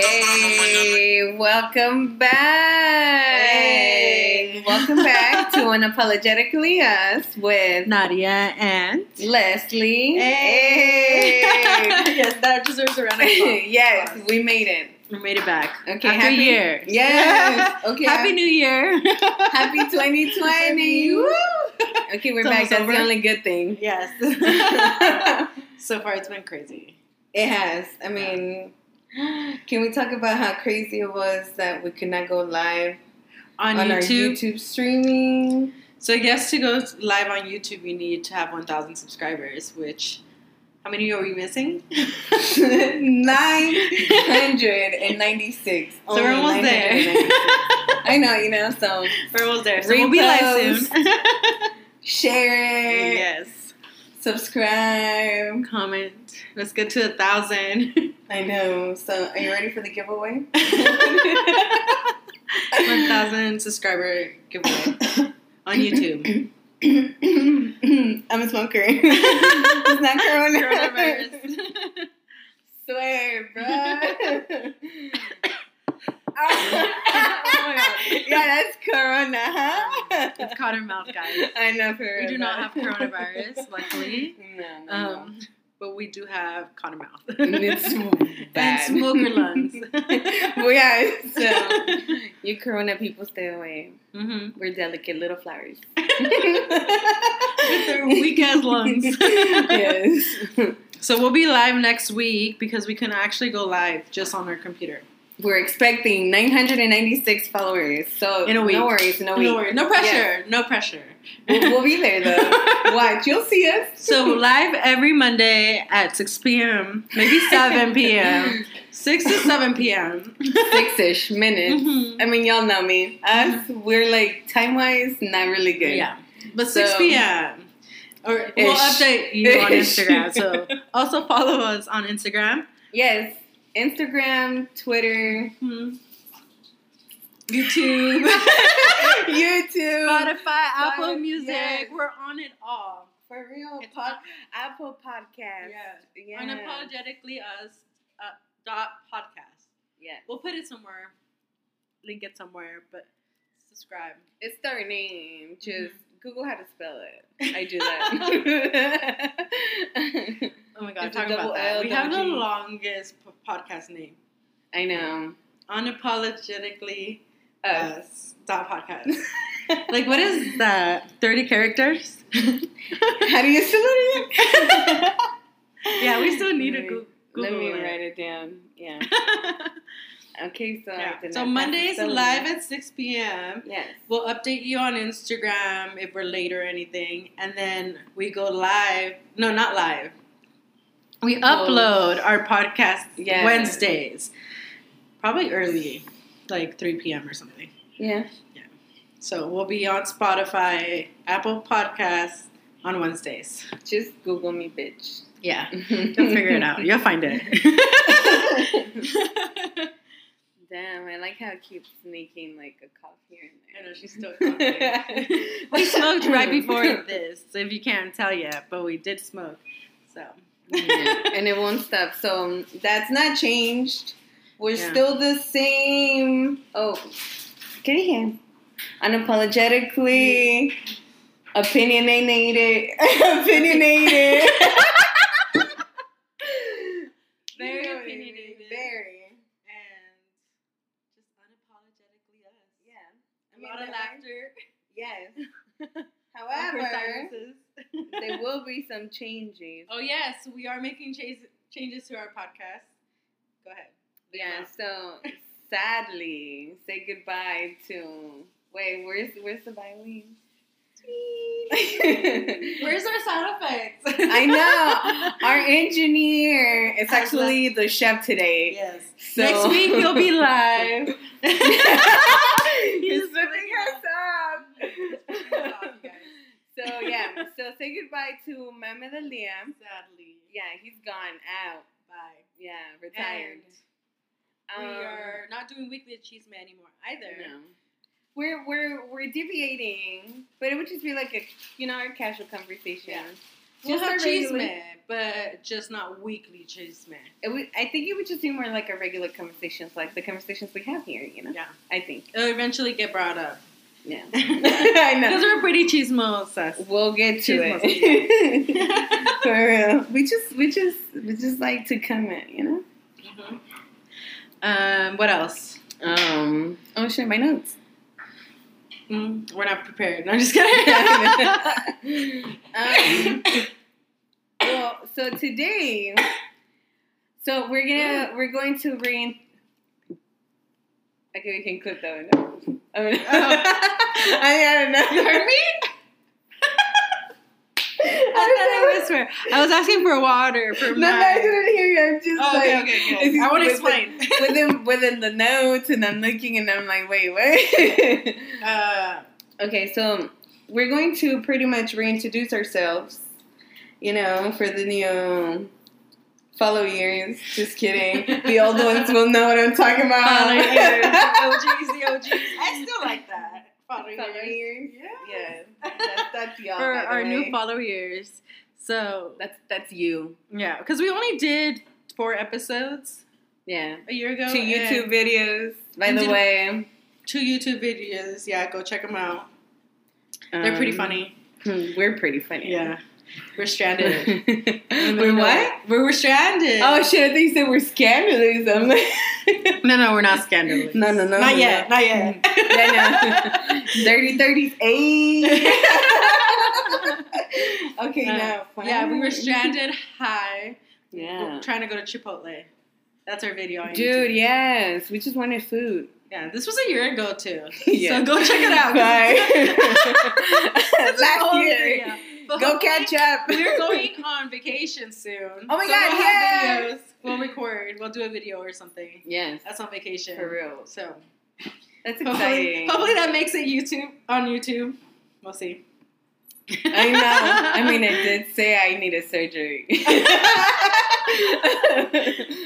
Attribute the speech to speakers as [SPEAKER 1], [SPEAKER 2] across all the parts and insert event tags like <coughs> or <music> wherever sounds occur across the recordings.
[SPEAKER 1] Hey, welcome back.
[SPEAKER 2] Hey.
[SPEAKER 1] Welcome
[SPEAKER 2] <laughs>
[SPEAKER 1] back to Unapologetically Us with
[SPEAKER 2] Nadia and
[SPEAKER 1] Leslie. Hey.
[SPEAKER 2] <laughs> yes, that deserves a round of applause.
[SPEAKER 1] <laughs> yes, we made it.
[SPEAKER 2] we made it back.
[SPEAKER 1] Okay,
[SPEAKER 2] After
[SPEAKER 1] happy
[SPEAKER 2] year. <laughs>
[SPEAKER 1] Yes. Okay.
[SPEAKER 2] Happy New Year. <laughs>
[SPEAKER 1] happy 2020.
[SPEAKER 2] Woo.
[SPEAKER 1] okay, we're back.
[SPEAKER 2] It's almost
[SPEAKER 1] That's
[SPEAKER 2] over.
[SPEAKER 1] the only good
[SPEAKER 2] <laughs>
[SPEAKER 1] thing.
[SPEAKER 2] yes. <laughs> so far, it's been crazy.
[SPEAKER 1] It has. I mean, can we talk about how crazy it was that we could not go live
[SPEAKER 2] On,
[SPEAKER 1] on our
[SPEAKER 2] YouTube.
[SPEAKER 1] YouTube streaming?
[SPEAKER 2] So I guess to go live on YouTube, you need to have 1,000 subscribers, which how many are we missing? <laughs>
[SPEAKER 1] 996.
[SPEAKER 2] <laughs> So we're almost there.
[SPEAKER 1] 996. I know, you know,
[SPEAKER 2] <laughs>
[SPEAKER 1] so
[SPEAKER 2] we're almost there. So we'll be live
[SPEAKER 1] Repost.
[SPEAKER 2] soon. <laughs>
[SPEAKER 1] share it,
[SPEAKER 2] yes.
[SPEAKER 1] subscribe.
[SPEAKER 2] Comment. Let's get to
[SPEAKER 1] <laughs>
[SPEAKER 2] a thousand.
[SPEAKER 1] I know. So, are you ready for the giveaway?
[SPEAKER 2] One thousand subscriber giveaway on YouTube.
[SPEAKER 1] <coughs> I'm a
[SPEAKER 2] <laughs>
[SPEAKER 1] smoker. it's not coronavirus.
[SPEAKER 2] Coronavirus.
[SPEAKER 1] Swear, bro. <laughs>
[SPEAKER 2] <laughs>
[SPEAKER 1] yeah,
[SPEAKER 2] Yeah,
[SPEAKER 1] that's corona, huh?
[SPEAKER 2] it's cotton mouth, guys.
[SPEAKER 1] I know for
[SPEAKER 2] We
[SPEAKER 1] real,
[SPEAKER 2] do not have
[SPEAKER 1] bro. <laughs>
[SPEAKER 2] coronavirus, luckily.
[SPEAKER 1] No, no, no.
[SPEAKER 2] Um, but we do have cotton mouth
[SPEAKER 1] And <laughs>
[SPEAKER 2] <laughs>
[SPEAKER 1] it's
[SPEAKER 2] and
[SPEAKER 1] bad.
[SPEAKER 2] smoker lungs. <laughs>
[SPEAKER 1] well, yeah, <laughs> so you corona people stay away. <laughs>
[SPEAKER 2] hmm
[SPEAKER 1] We're delicate little flowers.
[SPEAKER 2] With their weak ass <laughs> lungs.
[SPEAKER 1] yes.
[SPEAKER 2] So we'll be live next week because we can actually go live just on our computer.
[SPEAKER 1] <laughs> We're expecting 996 followers. So
[SPEAKER 2] In a week.
[SPEAKER 1] no worries, no,
[SPEAKER 2] No
[SPEAKER 1] week.
[SPEAKER 2] worry, no pressure, no pressure.
[SPEAKER 1] We'll, we'll be
[SPEAKER 2] <laughs>
[SPEAKER 1] there though. Watch, you'll see us.
[SPEAKER 2] So live every Monday at 6 p.m., maybe
[SPEAKER 1] <laughs>
[SPEAKER 2] 7 p.m., 6 to 7 p.m.
[SPEAKER 1] Six-ish minutes.
[SPEAKER 2] Mhm.
[SPEAKER 1] I mean, y'all know me. Us, we're like time-wise, not really good.
[SPEAKER 2] Yeah, but
[SPEAKER 1] So-
[SPEAKER 2] 6 p.m. Or we'll
[SPEAKER 1] Ish.
[SPEAKER 2] update you on
[SPEAKER 1] Ish. <laughs>
[SPEAKER 2] Instagram. So also follow us on Instagram.
[SPEAKER 1] Yes. Instagram, Twitter,
[SPEAKER 2] Hmm. YouTube,
[SPEAKER 1] YouTube,
[SPEAKER 2] <laughs> Spotify, Apple Music.
[SPEAKER 1] Yes.
[SPEAKER 2] We're on it all.
[SPEAKER 1] for real,
[SPEAKER 2] It's
[SPEAKER 1] pod-
[SPEAKER 2] on-
[SPEAKER 1] Apple Podcast.
[SPEAKER 2] Yes.
[SPEAKER 1] Yeah.
[SPEAKER 2] Unapologetically us uh, dot podcast.
[SPEAKER 1] Yeah.
[SPEAKER 2] We'll put it somewhere, link it somewhere, but subscribe.
[SPEAKER 1] It's their name. Just
[SPEAKER 2] Mm-hmm.
[SPEAKER 1] Google how to spell it. I do
[SPEAKER 2] <laughs>
[SPEAKER 1] that.
[SPEAKER 2] Oh my god,
[SPEAKER 1] It's a
[SPEAKER 2] talk about
[SPEAKER 1] double
[SPEAKER 2] that.
[SPEAKER 1] L,
[SPEAKER 2] we have the
[SPEAKER 1] double G.
[SPEAKER 2] longest p- podcast name.
[SPEAKER 1] <laughs> I know.
[SPEAKER 2] Unapologetically
[SPEAKER 1] Uh,
[SPEAKER 2] us dot
[SPEAKER 1] <laughs>
[SPEAKER 2] podcast.
[SPEAKER 1] Oh.
[SPEAKER 2] <laughs> like what is that? Thirty characters?
[SPEAKER 1] <laughs> how do you spell it?
[SPEAKER 2] <laughs> yeah, we still need to
[SPEAKER 1] Let
[SPEAKER 2] go-
[SPEAKER 1] me- Let
[SPEAKER 2] Google
[SPEAKER 1] me
[SPEAKER 2] it.
[SPEAKER 1] write it down. Yeah.
[SPEAKER 2] <laughs>
[SPEAKER 1] Okay, so I
[SPEAKER 2] Yeah.
[SPEAKER 1] did
[SPEAKER 2] So
[SPEAKER 1] not have to
[SPEAKER 2] Mondays
[SPEAKER 1] spell it.
[SPEAKER 2] live at six PM.
[SPEAKER 1] Yes.
[SPEAKER 2] We'll update you on Instagram if we're late or anything. And then we go live. No, not live. We upload our podcast
[SPEAKER 1] Yeah.
[SPEAKER 2] Wednesdays. Probably early, like 3 p.m. or something.
[SPEAKER 1] Yeah.
[SPEAKER 2] So we'll be on Spotify, Apple Podcasts on Wednesdays.
[SPEAKER 1] Just Google me, bitch.
[SPEAKER 2] Yeah. You'll
[SPEAKER 1] Don't
[SPEAKER 2] figure it out. You'll find <laughs> it.
[SPEAKER 1] Damn, I like how it keeps making like a cough here and there.
[SPEAKER 2] I know, she's still
[SPEAKER 1] <laughs>
[SPEAKER 2] coughing. we smoked right before this, so if you can't tell yet, but we did smoke. So
[SPEAKER 1] Yeah, and it won't stop. So um, that's not changed. We're
[SPEAKER 2] Yeah.
[SPEAKER 1] still the same. Oh, get it here. Unapologetically opinionated. <laughs> opinionated.
[SPEAKER 2] Very
[SPEAKER 1] You know what I mean,
[SPEAKER 2] opinionated.
[SPEAKER 1] Very.
[SPEAKER 2] and just unapologetically us.
[SPEAKER 1] Yeah.
[SPEAKER 2] A lot of
[SPEAKER 1] there-
[SPEAKER 2] laughter.
[SPEAKER 1] <laughs> Yes.
[SPEAKER 2] awkward
[SPEAKER 1] However,
[SPEAKER 2] silences.
[SPEAKER 1] there will be some changes.
[SPEAKER 2] oh yes, we are making changes changes to our podcast. Go ahead. Leave
[SPEAKER 1] Yeah,
[SPEAKER 2] them
[SPEAKER 1] so sadly, say goodbye to. Wait, where's where's the
[SPEAKER 2] <laughs>
[SPEAKER 1] violin?
[SPEAKER 2] out. Where's our sound effects?
[SPEAKER 1] I know our engineer. It's
[SPEAKER 2] Has
[SPEAKER 1] actually the chef today.
[SPEAKER 2] Yes.
[SPEAKER 1] So-
[SPEAKER 2] Next week you'll
[SPEAKER 1] <laughs>
[SPEAKER 2] be <laughs> live.
[SPEAKER 1] He's
[SPEAKER 2] He's
[SPEAKER 1] flipping us up.
[SPEAKER 2] It's off, <laughs> you guys.
[SPEAKER 1] So yeah, so say goodbye to Mama the Liam.
[SPEAKER 2] Sadly.
[SPEAKER 1] Yeah, he's gone out.
[SPEAKER 2] Bye.
[SPEAKER 1] Yeah, retired.
[SPEAKER 2] And we
[SPEAKER 1] Um,
[SPEAKER 2] are not doing weekly cheese man anymore either.
[SPEAKER 1] No. We're we're we're deviating, but it would just be like a you know our casual conversation.
[SPEAKER 2] Yeah. We'll
[SPEAKER 1] Just
[SPEAKER 2] have
[SPEAKER 1] a
[SPEAKER 2] cheese
[SPEAKER 1] regular-
[SPEAKER 2] man, but just not weekly cheese man.
[SPEAKER 1] It would, I think it would just be more like a regular conversations, like the conversations we have here. You know,
[SPEAKER 2] Yeah.
[SPEAKER 1] I think.
[SPEAKER 2] It'll eventually get brought up.
[SPEAKER 1] Yeah,
[SPEAKER 2] Because
[SPEAKER 1] <laughs> I know.
[SPEAKER 2] we're pretty chismosas.
[SPEAKER 1] We'll get to
[SPEAKER 2] Cheese
[SPEAKER 1] it. <laughs> For real, we just we just we just like to comment. You know. Mm-hmm.
[SPEAKER 2] um, what else?
[SPEAKER 1] Um. Oh shit! My notes.
[SPEAKER 2] Mm, we're not prepared. No, I'm
[SPEAKER 1] <laughs>
[SPEAKER 2] just kidding. <laughs>
[SPEAKER 1] um, well, so today, so we're gonna we're going to rein. Okay, we can clip that one. Out. I mean, <laughs> Oh. I, I don't
[SPEAKER 2] you
[SPEAKER 1] know.
[SPEAKER 2] heard me?
[SPEAKER 1] <laughs>
[SPEAKER 2] I thought I whisper. I was asking for water for
[SPEAKER 1] No, no, I
[SPEAKER 2] my.
[SPEAKER 1] didn't hear you. I'm just
[SPEAKER 2] Oh,
[SPEAKER 1] like
[SPEAKER 2] okay, okay, okay.
[SPEAKER 1] it's
[SPEAKER 2] I want to
[SPEAKER 1] just like-
[SPEAKER 2] explain.
[SPEAKER 1] within within the notes, and I'm looking, and I'm like, wait, <laughs> what?
[SPEAKER 2] Uh,
[SPEAKER 1] okay, so we're going to pretty much reintroduce ourselves, you know, for the new follow years. Just kidding. the
[SPEAKER 2] <laughs>
[SPEAKER 1] old ones will know what I'm talking about.
[SPEAKER 2] follow years.
[SPEAKER 1] <laughs>
[SPEAKER 2] <laughs> OGs, the OGs. I still like that. Follow
[SPEAKER 1] Follow
[SPEAKER 2] years.
[SPEAKER 1] years.
[SPEAKER 2] Yeah.
[SPEAKER 1] Yes, that's, that's y'all.
[SPEAKER 2] For
[SPEAKER 1] by the
[SPEAKER 2] our new
[SPEAKER 1] way.
[SPEAKER 2] followers. So,
[SPEAKER 1] That's that's you.
[SPEAKER 2] yeah, because we only did four episodes
[SPEAKER 1] Yeah.
[SPEAKER 2] a year ago.
[SPEAKER 1] Two
[SPEAKER 2] and-
[SPEAKER 1] YouTube videos, by
[SPEAKER 2] And
[SPEAKER 1] the
[SPEAKER 2] did-
[SPEAKER 1] way.
[SPEAKER 2] two YouTube videos. Yeah, go check them out. They're
[SPEAKER 1] Um,
[SPEAKER 2] pretty funny.
[SPEAKER 1] <laughs> We're pretty funny. <laughs>
[SPEAKER 2] We're <laughs> stranded.
[SPEAKER 1] we're what?
[SPEAKER 2] We're, we're stranded.
[SPEAKER 1] Oh shit! I think you said we're scandalous. I'm like, <laughs>
[SPEAKER 2] No, <laughs> no, we're not scandalous.
[SPEAKER 1] No, no, no,
[SPEAKER 2] Not
[SPEAKER 1] no,
[SPEAKER 2] yet.
[SPEAKER 1] no.
[SPEAKER 2] Not yet. <laughs>
[SPEAKER 1] yeah, no. dirty <laughs> thirties, okay,
[SPEAKER 2] Uh,
[SPEAKER 1] now fine.
[SPEAKER 2] yeah, we were stranded high
[SPEAKER 1] Yeah,
[SPEAKER 2] trying to go to Chipotle. That's our video. on
[SPEAKER 1] dude.
[SPEAKER 2] YouTube.
[SPEAKER 1] Yes, we just wanted food.
[SPEAKER 2] Yeah, this was a year ago too.
[SPEAKER 1] <laughs> Yeah.
[SPEAKER 2] <laughs> So go check it out.
[SPEAKER 1] Bye.
[SPEAKER 2] <laughs>
[SPEAKER 1] <laughs>
[SPEAKER 2] This is
[SPEAKER 1] Last
[SPEAKER 2] all
[SPEAKER 1] year,
[SPEAKER 2] video. But
[SPEAKER 1] go
[SPEAKER 2] hopefully-
[SPEAKER 1] catch up.
[SPEAKER 2] We're going on vacation soon.
[SPEAKER 1] Oh my God,
[SPEAKER 2] So We'll have
[SPEAKER 1] yes!
[SPEAKER 2] videos. We'll record. We'll do a video or something.
[SPEAKER 1] <laughs> Yes,
[SPEAKER 2] That's on vacation.
[SPEAKER 1] for real.
[SPEAKER 2] So
[SPEAKER 1] That's
[SPEAKER 2] hopefully,
[SPEAKER 1] exciting.
[SPEAKER 2] hopefully that makes it YouTube on YouTube. We'll see.
[SPEAKER 1] I know.
[SPEAKER 2] <laughs>
[SPEAKER 1] I mean, I did <laughs> say I needed surgery.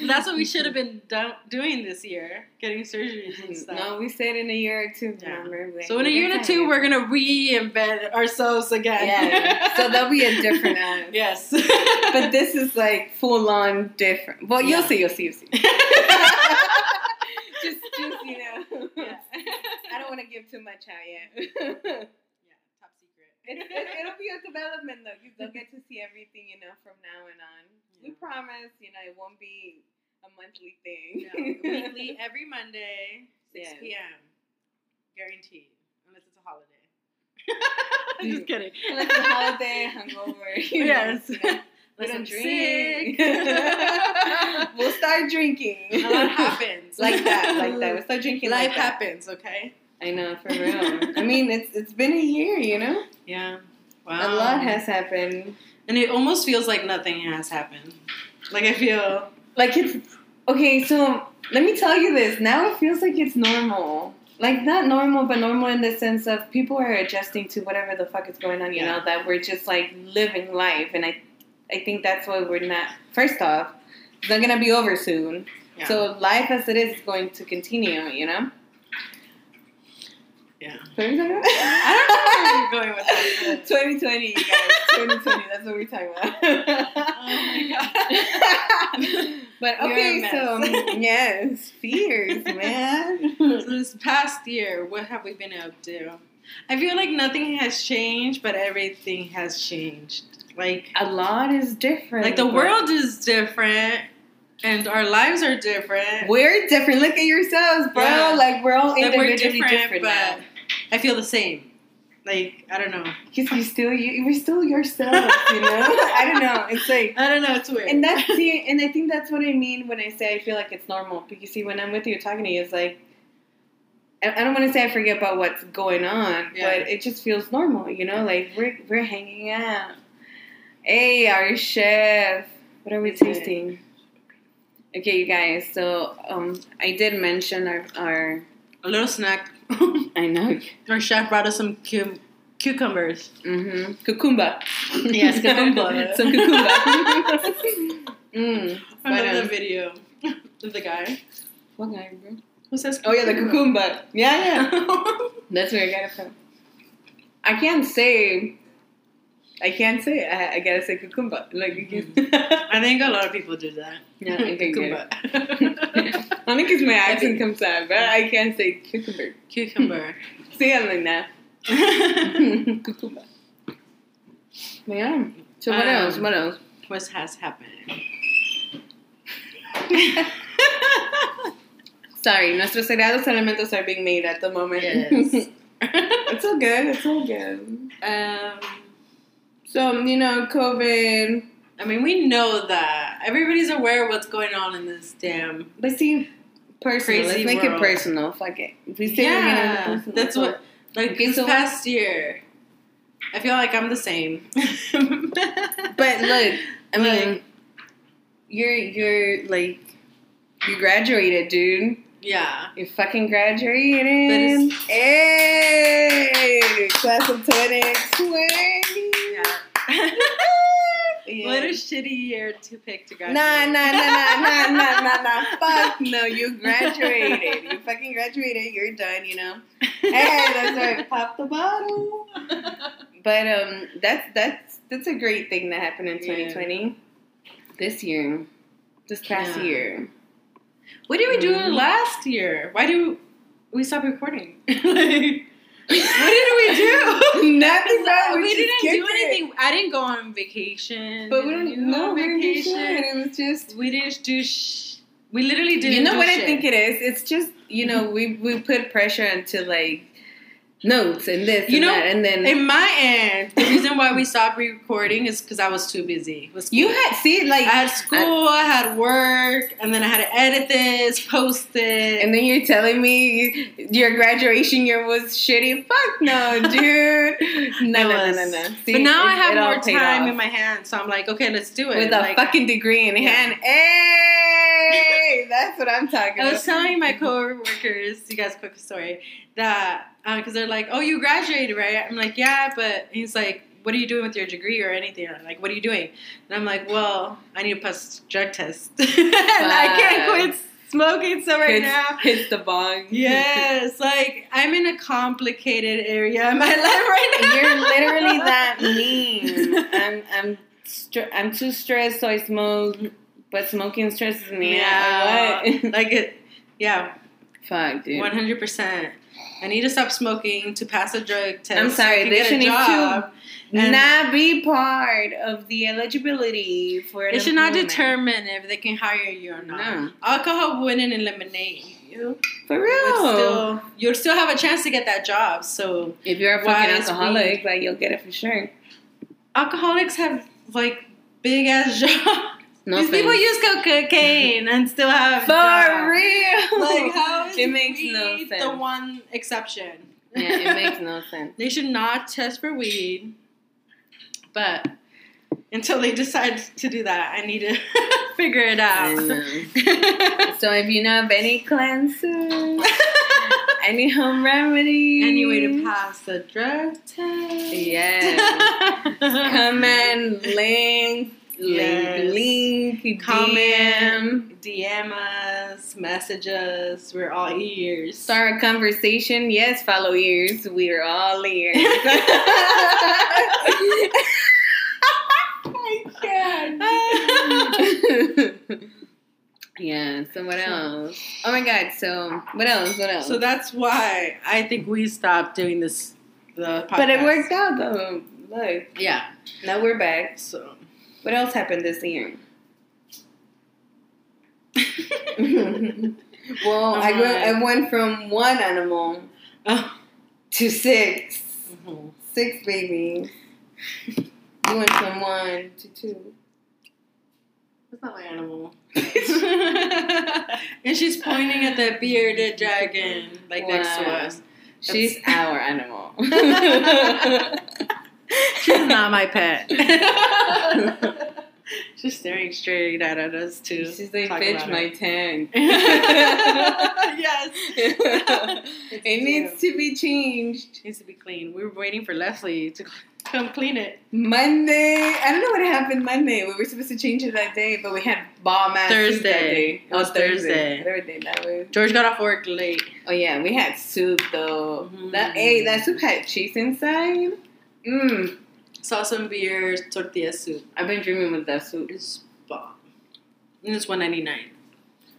[SPEAKER 2] That's what we should have been do- doing this year, getting surgeries and
[SPEAKER 1] <laughs>
[SPEAKER 2] stuff.
[SPEAKER 1] No, we said in a year or two.
[SPEAKER 2] Yeah.
[SPEAKER 1] Remember?
[SPEAKER 2] so in a year or two, we're gonna reinvent ourselves again.
[SPEAKER 1] yeah. So there'll be a different us.
[SPEAKER 2] <laughs> yes.
[SPEAKER 1] But this is like full on different. Well, you'll
[SPEAKER 2] <laughs> Yeah.
[SPEAKER 1] see. You'll see.
[SPEAKER 2] <laughs>
[SPEAKER 1] You'll see. Just, just you know.
[SPEAKER 2] yeah.
[SPEAKER 1] I don't want to give too much out yet. <laughs> it,
[SPEAKER 2] Yeah, top secret.
[SPEAKER 1] will be a development though. You, will get to see everything you know from now and on. We
[SPEAKER 2] Yeah.
[SPEAKER 1] promise. You know, it won't be a monthly thing.
[SPEAKER 2] Yeah, weekly every Monday, six
[SPEAKER 1] Yes.
[SPEAKER 2] p.m. Guaranteed, unless it's a holiday. <laughs>
[SPEAKER 1] Just
[SPEAKER 2] kidding.
[SPEAKER 1] <laughs> Like the holiday hungover. you know,
[SPEAKER 2] Yes.
[SPEAKER 1] you
[SPEAKER 2] <laughs>
[SPEAKER 1] know. We
[SPEAKER 2] Unless
[SPEAKER 1] don't
[SPEAKER 2] I'm
[SPEAKER 1] drink.
[SPEAKER 2] <laughs> sick.
[SPEAKER 1] <laughs> we'll start drinking.
[SPEAKER 2] A lot happens.
[SPEAKER 1] like that,
[SPEAKER 2] <laughs>
[SPEAKER 1] like that. We'll start drinking
[SPEAKER 2] Life
[SPEAKER 1] like that.
[SPEAKER 2] happens, okay?
[SPEAKER 1] I know, for real. I mean, it's it's been a year, you know.
[SPEAKER 2] Yeah. Wow.
[SPEAKER 1] A lot has happened.
[SPEAKER 2] And it almost feels like nothing has happened. Like I feel.
[SPEAKER 1] Like it's okay. So let me tell you this. Now it feels like it's normal. Like not normal, but normal in the sense of people are adjusting to whatever the fuck is going on. You
[SPEAKER 2] Yeah.
[SPEAKER 1] know that we're just like living life, and I, I think that's why we're not. First off, it's not gonna be over soon.
[SPEAKER 2] Yeah.
[SPEAKER 1] So life as it is is going to continue. You know.
[SPEAKER 2] Yeah.
[SPEAKER 1] I <laughs>
[SPEAKER 2] I don't know where you're going with that. but-
[SPEAKER 1] 2020, you guys. 2020. That's what we're talking about. <laughs>
[SPEAKER 2] Oh um,
[SPEAKER 1] Oh
[SPEAKER 2] my
[SPEAKER 1] but
[SPEAKER 2] You're a
[SPEAKER 1] okay,
[SPEAKER 2] mess.
[SPEAKER 1] so um, yes, fears,
[SPEAKER 2] god.
[SPEAKER 1] man.
[SPEAKER 2] <laughs> so this past year, what have we been up to? I feel like nothing has changed, but everything has changed. Like,
[SPEAKER 1] A lot is different.
[SPEAKER 2] like the
[SPEAKER 1] but
[SPEAKER 2] world is different, and our lives are different.
[SPEAKER 1] We're different. Look at yourselves, bro.
[SPEAKER 2] Yeah.
[SPEAKER 1] Like we're all
[SPEAKER 2] Like, we're
[SPEAKER 1] individually different.
[SPEAKER 2] different, but
[SPEAKER 1] now.
[SPEAKER 2] I feel the same. Like I don't know.
[SPEAKER 1] Because you're still you. We're still yourselves. You know. <laughs> I don't know. It's like.
[SPEAKER 2] I don't know. It's weird.
[SPEAKER 1] And that's see, and I think that's what I mean when I say I feel like it's normal. Because see, when I'm with you talking to you, it's like I I don't want to say I forget about what's going on,
[SPEAKER 2] Yeah.
[SPEAKER 1] but it just feels normal, you know. Like we're we're hanging out. Hey, our chef. What are we
[SPEAKER 2] Okay.
[SPEAKER 1] tasting? Okay, you guys. So um, I did mention our our.
[SPEAKER 2] a little snack. <laughs>
[SPEAKER 1] I know.
[SPEAKER 2] Our chef brought us some cum- cucumbers.
[SPEAKER 1] Mm-hmm. Cucumba.
[SPEAKER 2] Yes,
[SPEAKER 1] <laughs>
[SPEAKER 2] cucumba.
[SPEAKER 1] Some cucumba. <laughs> mm.
[SPEAKER 2] I
[SPEAKER 1] But,
[SPEAKER 2] love
[SPEAKER 1] um,
[SPEAKER 2] the video of the guy
[SPEAKER 1] What guy, bro?
[SPEAKER 2] who says.
[SPEAKER 1] Oh yeah, the cucumba. Yeah, yeah.
[SPEAKER 2] <laughs> cucumber.
[SPEAKER 1] That's where I got it from. I can't say I can't say. It. I, I gotta say cucumba. Like you can. <laughs>
[SPEAKER 2] I think a lot of people do that.
[SPEAKER 1] Yeah, I think
[SPEAKER 2] cucumber.
[SPEAKER 1] <laughs> I think it's my accent comes out, but I can't say cucumber.
[SPEAKER 2] <laughs> Cucumber.
[SPEAKER 1] See, I'm like
[SPEAKER 2] <laughs>
[SPEAKER 1] that. cucumber. But yeah. So what
[SPEAKER 2] Um,
[SPEAKER 1] else? What else? <laughs>
[SPEAKER 2] what has happened?
[SPEAKER 1] Sorry, nuestros sagrados alimentos are being made at the moment.
[SPEAKER 2] Yes.
[SPEAKER 1] <laughs> it's all good. It's all good.
[SPEAKER 2] <laughs> um,
[SPEAKER 1] So you know, COVID.
[SPEAKER 2] I mean, we know that everybody's aware of what's going on in this damn
[SPEAKER 1] But see, personal.
[SPEAKER 2] Crazy
[SPEAKER 1] Let's make
[SPEAKER 2] world.
[SPEAKER 1] it personal. Fuck it. If we say
[SPEAKER 2] Yeah,
[SPEAKER 1] we're gonna do
[SPEAKER 2] that's
[SPEAKER 1] personal,
[SPEAKER 2] what- Like
[SPEAKER 1] Okay,
[SPEAKER 2] this
[SPEAKER 1] so what-
[SPEAKER 2] past year, I feel like I'm the <laughs> same.
[SPEAKER 1] But look, I mean,
[SPEAKER 2] Like-
[SPEAKER 1] you're you're like you graduated, dude.
[SPEAKER 2] yeah,
[SPEAKER 1] You fucking graduated.
[SPEAKER 2] But
[SPEAKER 1] Hey, class of twenty twenty.
[SPEAKER 2] yeah.
[SPEAKER 1] Yeah.
[SPEAKER 2] <laughs> What a shitty year to pick to graduate.
[SPEAKER 1] Nah, nah, nah, nah, nah, nah, nah, nah. Fuck no, you graduated. You fucking graduated. You're done. You know. Hey, that's right. Pop the bottle. But um, that's that's that's a great thing that happened in
[SPEAKER 2] Yeah.
[SPEAKER 1] 2020. This year, this past
[SPEAKER 2] Yeah.
[SPEAKER 1] year.
[SPEAKER 2] <laughs> What did we do
[SPEAKER 1] Mhm.
[SPEAKER 2] last year? Why do we stop recording? <laughs> Like, what did we
[SPEAKER 1] <laughs>
[SPEAKER 2] do? <laughs>
[SPEAKER 1] Nothing. bro.
[SPEAKER 2] we
[SPEAKER 1] just
[SPEAKER 2] didn't do
[SPEAKER 1] kicked it.
[SPEAKER 2] anything. I didn't go on vacation.
[SPEAKER 1] But we
[SPEAKER 2] You
[SPEAKER 1] don't.
[SPEAKER 2] know,
[SPEAKER 1] No, we didn't do shit. It was just.
[SPEAKER 2] We didn't do. Sh- we literally didn't.
[SPEAKER 1] You know
[SPEAKER 2] do
[SPEAKER 1] what
[SPEAKER 2] shit.
[SPEAKER 1] I think it is? It's just you know we we put pressure into like notes and this
[SPEAKER 2] You
[SPEAKER 1] and
[SPEAKER 2] know,
[SPEAKER 1] that, and then
[SPEAKER 2] In my end, the reason why we stopped recording is because I was too busy. It was
[SPEAKER 1] you
[SPEAKER 2] school.
[SPEAKER 1] had see like
[SPEAKER 2] I had school, I, had work, and then I had to edit this, post it.
[SPEAKER 1] And then you're telling me your graduation year was shitty. Fuck no,
[SPEAKER 2] <laughs>
[SPEAKER 1] dude. No, no, no, no, no. See,
[SPEAKER 2] but now
[SPEAKER 1] it-
[SPEAKER 2] I have
[SPEAKER 1] it all
[SPEAKER 2] more
[SPEAKER 1] paid
[SPEAKER 2] time
[SPEAKER 1] off.
[SPEAKER 2] in my hands, so I'm like, okay, let's do it.
[SPEAKER 1] with a
[SPEAKER 2] Like,
[SPEAKER 1] fucking degree in
[SPEAKER 2] Yeah.
[SPEAKER 1] hand. Hey, that's what I'm talking
[SPEAKER 2] I was
[SPEAKER 1] about. <laughs>
[SPEAKER 2] telling my coworkers, you guys, quick story, that because they're like, "Oh, you graduated, right?" I'm like, "Yeah," but he's like, "What are you doing with your degree or anything?" I'm like, "What are you doing?" And I'm like, "Well, I need to pass drug test, <laughs> and I can't
[SPEAKER 1] Fuck.
[SPEAKER 2] quit smoking, so
[SPEAKER 1] Hits-
[SPEAKER 2] right now."
[SPEAKER 1] hits the bong.
[SPEAKER 2] Yes, like I'm in a complicated area in my <laughs> life right
[SPEAKER 1] <laughs>
[SPEAKER 2] now.
[SPEAKER 1] You're
[SPEAKER 2] <laughs>
[SPEAKER 1] literally that mean. I'm I'm str- I'm too stressed, so I smoke. But smoking stresses me out. Like, What? <laughs>
[SPEAKER 2] like it. Yeah,
[SPEAKER 1] Fuck, dude.
[SPEAKER 2] one hundred percent. I need to stop smoking to pass a drug test.
[SPEAKER 1] I'm sorry,
[SPEAKER 2] to
[SPEAKER 1] they
[SPEAKER 2] get a
[SPEAKER 1] should need to-
[SPEAKER 2] job. And-
[SPEAKER 1] not be part of the eligibility for. an
[SPEAKER 2] It should not
[SPEAKER 1] employment.
[SPEAKER 2] determine if they can hire you or not.
[SPEAKER 1] No.
[SPEAKER 2] Alcohol wouldn't eliminate you.
[SPEAKER 1] For
[SPEAKER 2] But
[SPEAKER 1] real.
[SPEAKER 2] still, you'll still have a chance to get that job. So
[SPEAKER 1] if you're a
[SPEAKER 2] Why
[SPEAKER 1] fucking
[SPEAKER 2] is
[SPEAKER 1] alcoholic, like you'll get it for sure.
[SPEAKER 2] alcoholics have like big ass <laughs> jobs.
[SPEAKER 1] No
[SPEAKER 2] These people
[SPEAKER 1] offense.
[SPEAKER 2] use cocaine and still have
[SPEAKER 1] for
[SPEAKER 2] jobs.
[SPEAKER 1] real.
[SPEAKER 2] Like how
[SPEAKER 1] <laughs>
[SPEAKER 2] is
[SPEAKER 1] it makes no
[SPEAKER 2] weed
[SPEAKER 1] sense.
[SPEAKER 2] the one exception?
[SPEAKER 1] yeah, it
[SPEAKER 2] <laughs>
[SPEAKER 1] makes no sense.
[SPEAKER 2] They should not test for weed, but until they decide to do that, I need to <laughs> figure it
[SPEAKER 1] I
[SPEAKER 2] out.
[SPEAKER 1] know.
[SPEAKER 2] <laughs>
[SPEAKER 1] So if you know of any cleanses, any home remedies,
[SPEAKER 2] any way
[SPEAKER 1] Mm.
[SPEAKER 2] to pass the drug test. <laughs>
[SPEAKER 1] Yes. <laughs> comment, link,
[SPEAKER 2] Yes.
[SPEAKER 1] link, link,
[SPEAKER 2] Comment.
[SPEAKER 1] comment.
[SPEAKER 2] DM us, message us. We're all ears.
[SPEAKER 1] Start a conversation. Yes, follow ears. We are all
[SPEAKER 2] <laughs>
[SPEAKER 1] ears. <laughs> yeah. So what else? Oh my god. So what else? What else?
[SPEAKER 2] so that's why I think we stopped doing this. The podcast.
[SPEAKER 1] but it worked out though. Look,
[SPEAKER 2] Yeah.
[SPEAKER 1] now we're back.
[SPEAKER 2] So. <laughs>
[SPEAKER 1] What else happened this year? <laughs> well, I went,
[SPEAKER 2] Uh-huh.
[SPEAKER 1] I went from one animal to six,
[SPEAKER 2] Mhm.
[SPEAKER 1] six babies. <laughs> You went from one to two.
[SPEAKER 2] That's not my animal. <laughs> and she's pointing at the bearded dragon, like next to
[SPEAKER 1] Wow.
[SPEAKER 2] us.
[SPEAKER 1] She's our <laughs> animal.
[SPEAKER 2] <laughs> She's not my pet. <laughs> She's staring straight at us too.
[SPEAKER 1] She's like,
[SPEAKER 2] Talk
[SPEAKER 1] bitch,
[SPEAKER 2] about
[SPEAKER 1] my
[SPEAKER 2] it."
[SPEAKER 1] tank.
[SPEAKER 2] <laughs> <laughs> yes.
[SPEAKER 1] it needs to be changed.
[SPEAKER 2] needs to be clean. We were waiting for Leslie to come clean it.
[SPEAKER 1] Monday. I don't know what happened Monday. We were supposed to change it that day, but we had bomb ass soup that
[SPEAKER 2] Thursday.
[SPEAKER 1] day. Oh,
[SPEAKER 2] It was Thursday.
[SPEAKER 1] Thursday. That was.
[SPEAKER 2] George got off work late.
[SPEAKER 1] Oh yeah, we had soup though.
[SPEAKER 2] Mhm.
[SPEAKER 1] That hey, that soup had cheese inside. Mmm,
[SPEAKER 2] salsa and beer tortilla soup.
[SPEAKER 1] I've been dreaming of that soup.
[SPEAKER 2] It's bomb. And it's one ninety nine.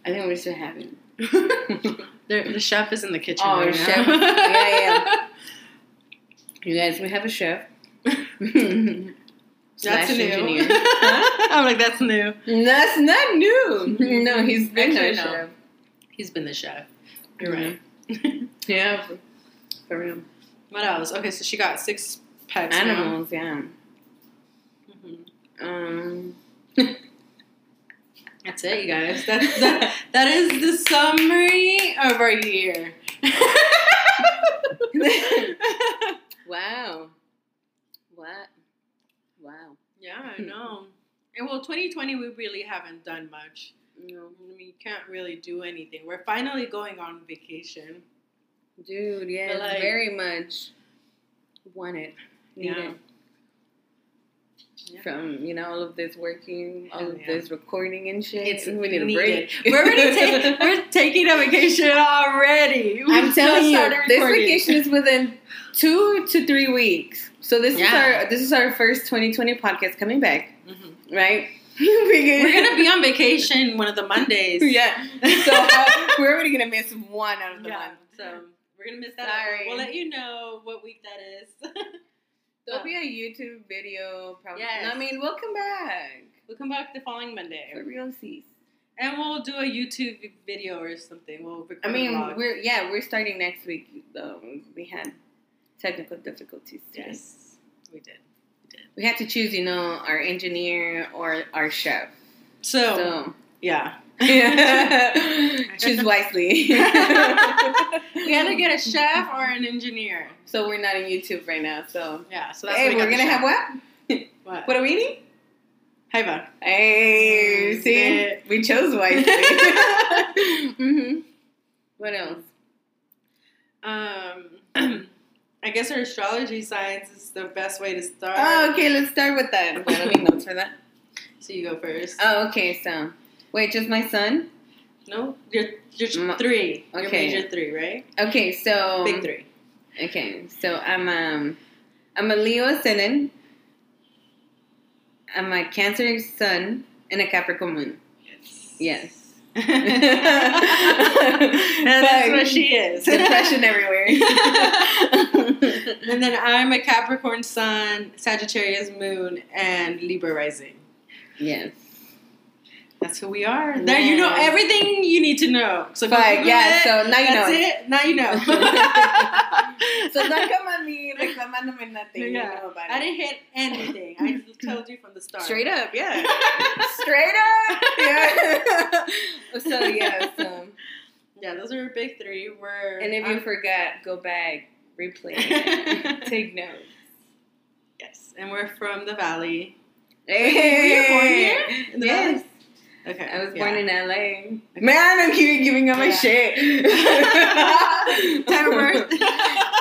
[SPEAKER 1] I think we should have it.
[SPEAKER 2] <laughs> The chef is in the kitchen.
[SPEAKER 1] Oh,
[SPEAKER 2] right
[SPEAKER 1] the
[SPEAKER 2] now.
[SPEAKER 1] chef. Yeah, you guys, we have a
[SPEAKER 2] <laughs>
[SPEAKER 1] chef. Slash
[SPEAKER 2] That's new. <laughs>
[SPEAKER 1] engineer.
[SPEAKER 2] I'm like, that's new.
[SPEAKER 1] That's not new. No, he's been
[SPEAKER 2] Actually,
[SPEAKER 1] a
[SPEAKER 2] no.
[SPEAKER 1] chef.
[SPEAKER 2] He's been the <laughs> chef. You're
[SPEAKER 1] Mhm.
[SPEAKER 2] right.
[SPEAKER 1] Yeah, for- for real.
[SPEAKER 2] what else? Okay, so she got six pets. now.
[SPEAKER 1] Animals, yeah.
[SPEAKER 2] Mhm.
[SPEAKER 1] Um, <laughs>
[SPEAKER 2] That's it, you guys. That's that, that is the summary of our year. <laughs>
[SPEAKER 1] wow. What? Wow.
[SPEAKER 2] yeah, I know. And well, 2020, we really haven't done much.
[SPEAKER 1] No.
[SPEAKER 2] I mean, you can't really do anything. We're finally going on vacation.
[SPEAKER 1] Dude, yes,
[SPEAKER 2] But, like-
[SPEAKER 1] very much wanted, needed
[SPEAKER 2] Yeah. Yeah.
[SPEAKER 1] from you know all of this working, all
[SPEAKER 2] Oh,
[SPEAKER 1] of
[SPEAKER 2] yeah.
[SPEAKER 1] this recording and shit.
[SPEAKER 2] It's
[SPEAKER 1] we need
[SPEAKER 2] needed.
[SPEAKER 1] a break.
[SPEAKER 2] We're
[SPEAKER 1] <laughs>
[SPEAKER 2] already ta- we're taking a vacation already. We
[SPEAKER 1] I'm
[SPEAKER 2] just
[SPEAKER 1] telling you,
[SPEAKER 2] started
[SPEAKER 1] this
[SPEAKER 2] recording.
[SPEAKER 1] vacation is within two to three weeks. So this
[SPEAKER 2] Yeah.
[SPEAKER 1] is our this is our first 2020 podcast coming back,
[SPEAKER 2] Mhm.
[SPEAKER 1] <laughs> right? We're <laughs>
[SPEAKER 2] We're gonna be on vacation one of the Mondays. <laughs>
[SPEAKER 1] yeah. So uh, we're already gonna miss one out of the
[SPEAKER 2] yeah.
[SPEAKER 1] month.
[SPEAKER 2] So we're gonna miss that.
[SPEAKER 1] Sorry.
[SPEAKER 2] We'll let you know what week that is. <laughs>
[SPEAKER 1] There'll be a YouTube video. Probably.
[SPEAKER 2] Yes.
[SPEAKER 1] I mean, welcome back
[SPEAKER 2] we'll come back the following Monday,
[SPEAKER 1] for real, sis.
[SPEAKER 2] and we'll do a YouTube video or something. We'll record.
[SPEAKER 1] I
[SPEAKER 2] a
[SPEAKER 1] mean,
[SPEAKER 2] vlog.
[SPEAKER 1] we're yeah, we're starting next week. Though we had technical difficulties. Today.
[SPEAKER 2] yes, we did.
[SPEAKER 1] We had to choose, you know, our engineer or our chef.
[SPEAKER 2] So,
[SPEAKER 1] So
[SPEAKER 2] yeah,
[SPEAKER 1] <laughs>
[SPEAKER 2] <laughs>
[SPEAKER 1] choose <laughs> wisely.
[SPEAKER 2] we had to get a chef or an engineer.
[SPEAKER 1] So we're not on YouTube right now. So
[SPEAKER 2] Yeah, so that's
[SPEAKER 1] hey,
[SPEAKER 2] what
[SPEAKER 1] we're
[SPEAKER 2] we got
[SPEAKER 1] gonna
[SPEAKER 2] the
[SPEAKER 1] have
[SPEAKER 2] chef.
[SPEAKER 1] what?
[SPEAKER 2] what?
[SPEAKER 1] What are we eating?
[SPEAKER 2] Haiba.
[SPEAKER 1] Hey,
[SPEAKER 2] Mm,
[SPEAKER 1] see,
[SPEAKER 2] shit.
[SPEAKER 1] we chose <laughs> wisely. hmm What else?
[SPEAKER 2] Um, <clears throat> I guess our astrology science is the best way to start.
[SPEAKER 1] Oh, okay, let's start with that. <laughs> I don't need notes for that.
[SPEAKER 2] So you go first.
[SPEAKER 1] Oh, okay. So, wait, just my son.
[SPEAKER 2] no, you're you're
[SPEAKER 1] Mm,
[SPEAKER 2] three. You're
[SPEAKER 1] okay. Um,
[SPEAKER 2] major three, right?
[SPEAKER 1] Okay, so
[SPEAKER 2] Big three.
[SPEAKER 1] Okay, so I'm um I'm a Leo ascendant. I'm a Cancer sun and a Capricorn moon.
[SPEAKER 2] Yes. <laughs>
[SPEAKER 1] Yes. <laughs>
[SPEAKER 2] And that's
[SPEAKER 1] Fuck.
[SPEAKER 2] what <laughs> she is.
[SPEAKER 1] <laughs> Depression
[SPEAKER 2] <laughs>
[SPEAKER 1] everywhere.
[SPEAKER 2] and then I'm a Capricorn Sun, Sagittarius Moon, and Libra Rising.
[SPEAKER 1] yes.
[SPEAKER 2] That's who we are. There, you know
[SPEAKER 1] Yes.
[SPEAKER 2] everything you need to know. So go
[SPEAKER 1] Fuck
[SPEAKER 2] Google
[SPEAKER 1] yeah.
[SPEAKER 2] it.
[SPEAKER 1] So now you
[SPEAKER 2] That's
[SPEAKER 1] know.
[SPEAKER 2] it. Now you
[SPEAKER 1] <laughs>
[SPEAKER 2] know.
[SPEAKER 1] So don't come at me reclamándome nothing.
[SPEAKER 2] Yeah.
[SPEAKER 1] You know about
[SPEAKER 2] I
[SPEAKER 1] it.
[SPEAKER 2] didn't hit anything.
[SPEAKER 1] <laughs>
[SPEAKER 2] I just told you from the start.
[SPEAKER 1] Straight up, yeah.
[SPEAKER 2] <laughs>
[SPEAKER 1] Straight up, yeah. <laughs> so yeah. So,
[SPEAKER 2] yeah, those are our big three. We're
[SPEAKER 1] and if you
[SPEAKER 2] I'm-
[SPEAKER 1] forgot, go back, replay,
[SPEAKER 2] <laughs>
[SPEAKER 1] it. take notes.
[SPEAKER 2] yes, and we're from the Valley.
[SPEAKER 1] Hey.
[SPEAKER 2] Were you born here? In the
[SPEAKER 1] Yes.
[SPEAKER 2] Valley? Okay,
[SPEAKER 1] I was
[SPEAKER 2] yeah.
[SPEAKER 1] born in <laughs> LA. Man, I'm keep giving up my
[SPEAKER 2] Yeah.
[SPEAKER 1] shit.
[SPEAKER 2] <laughs> Time of birth.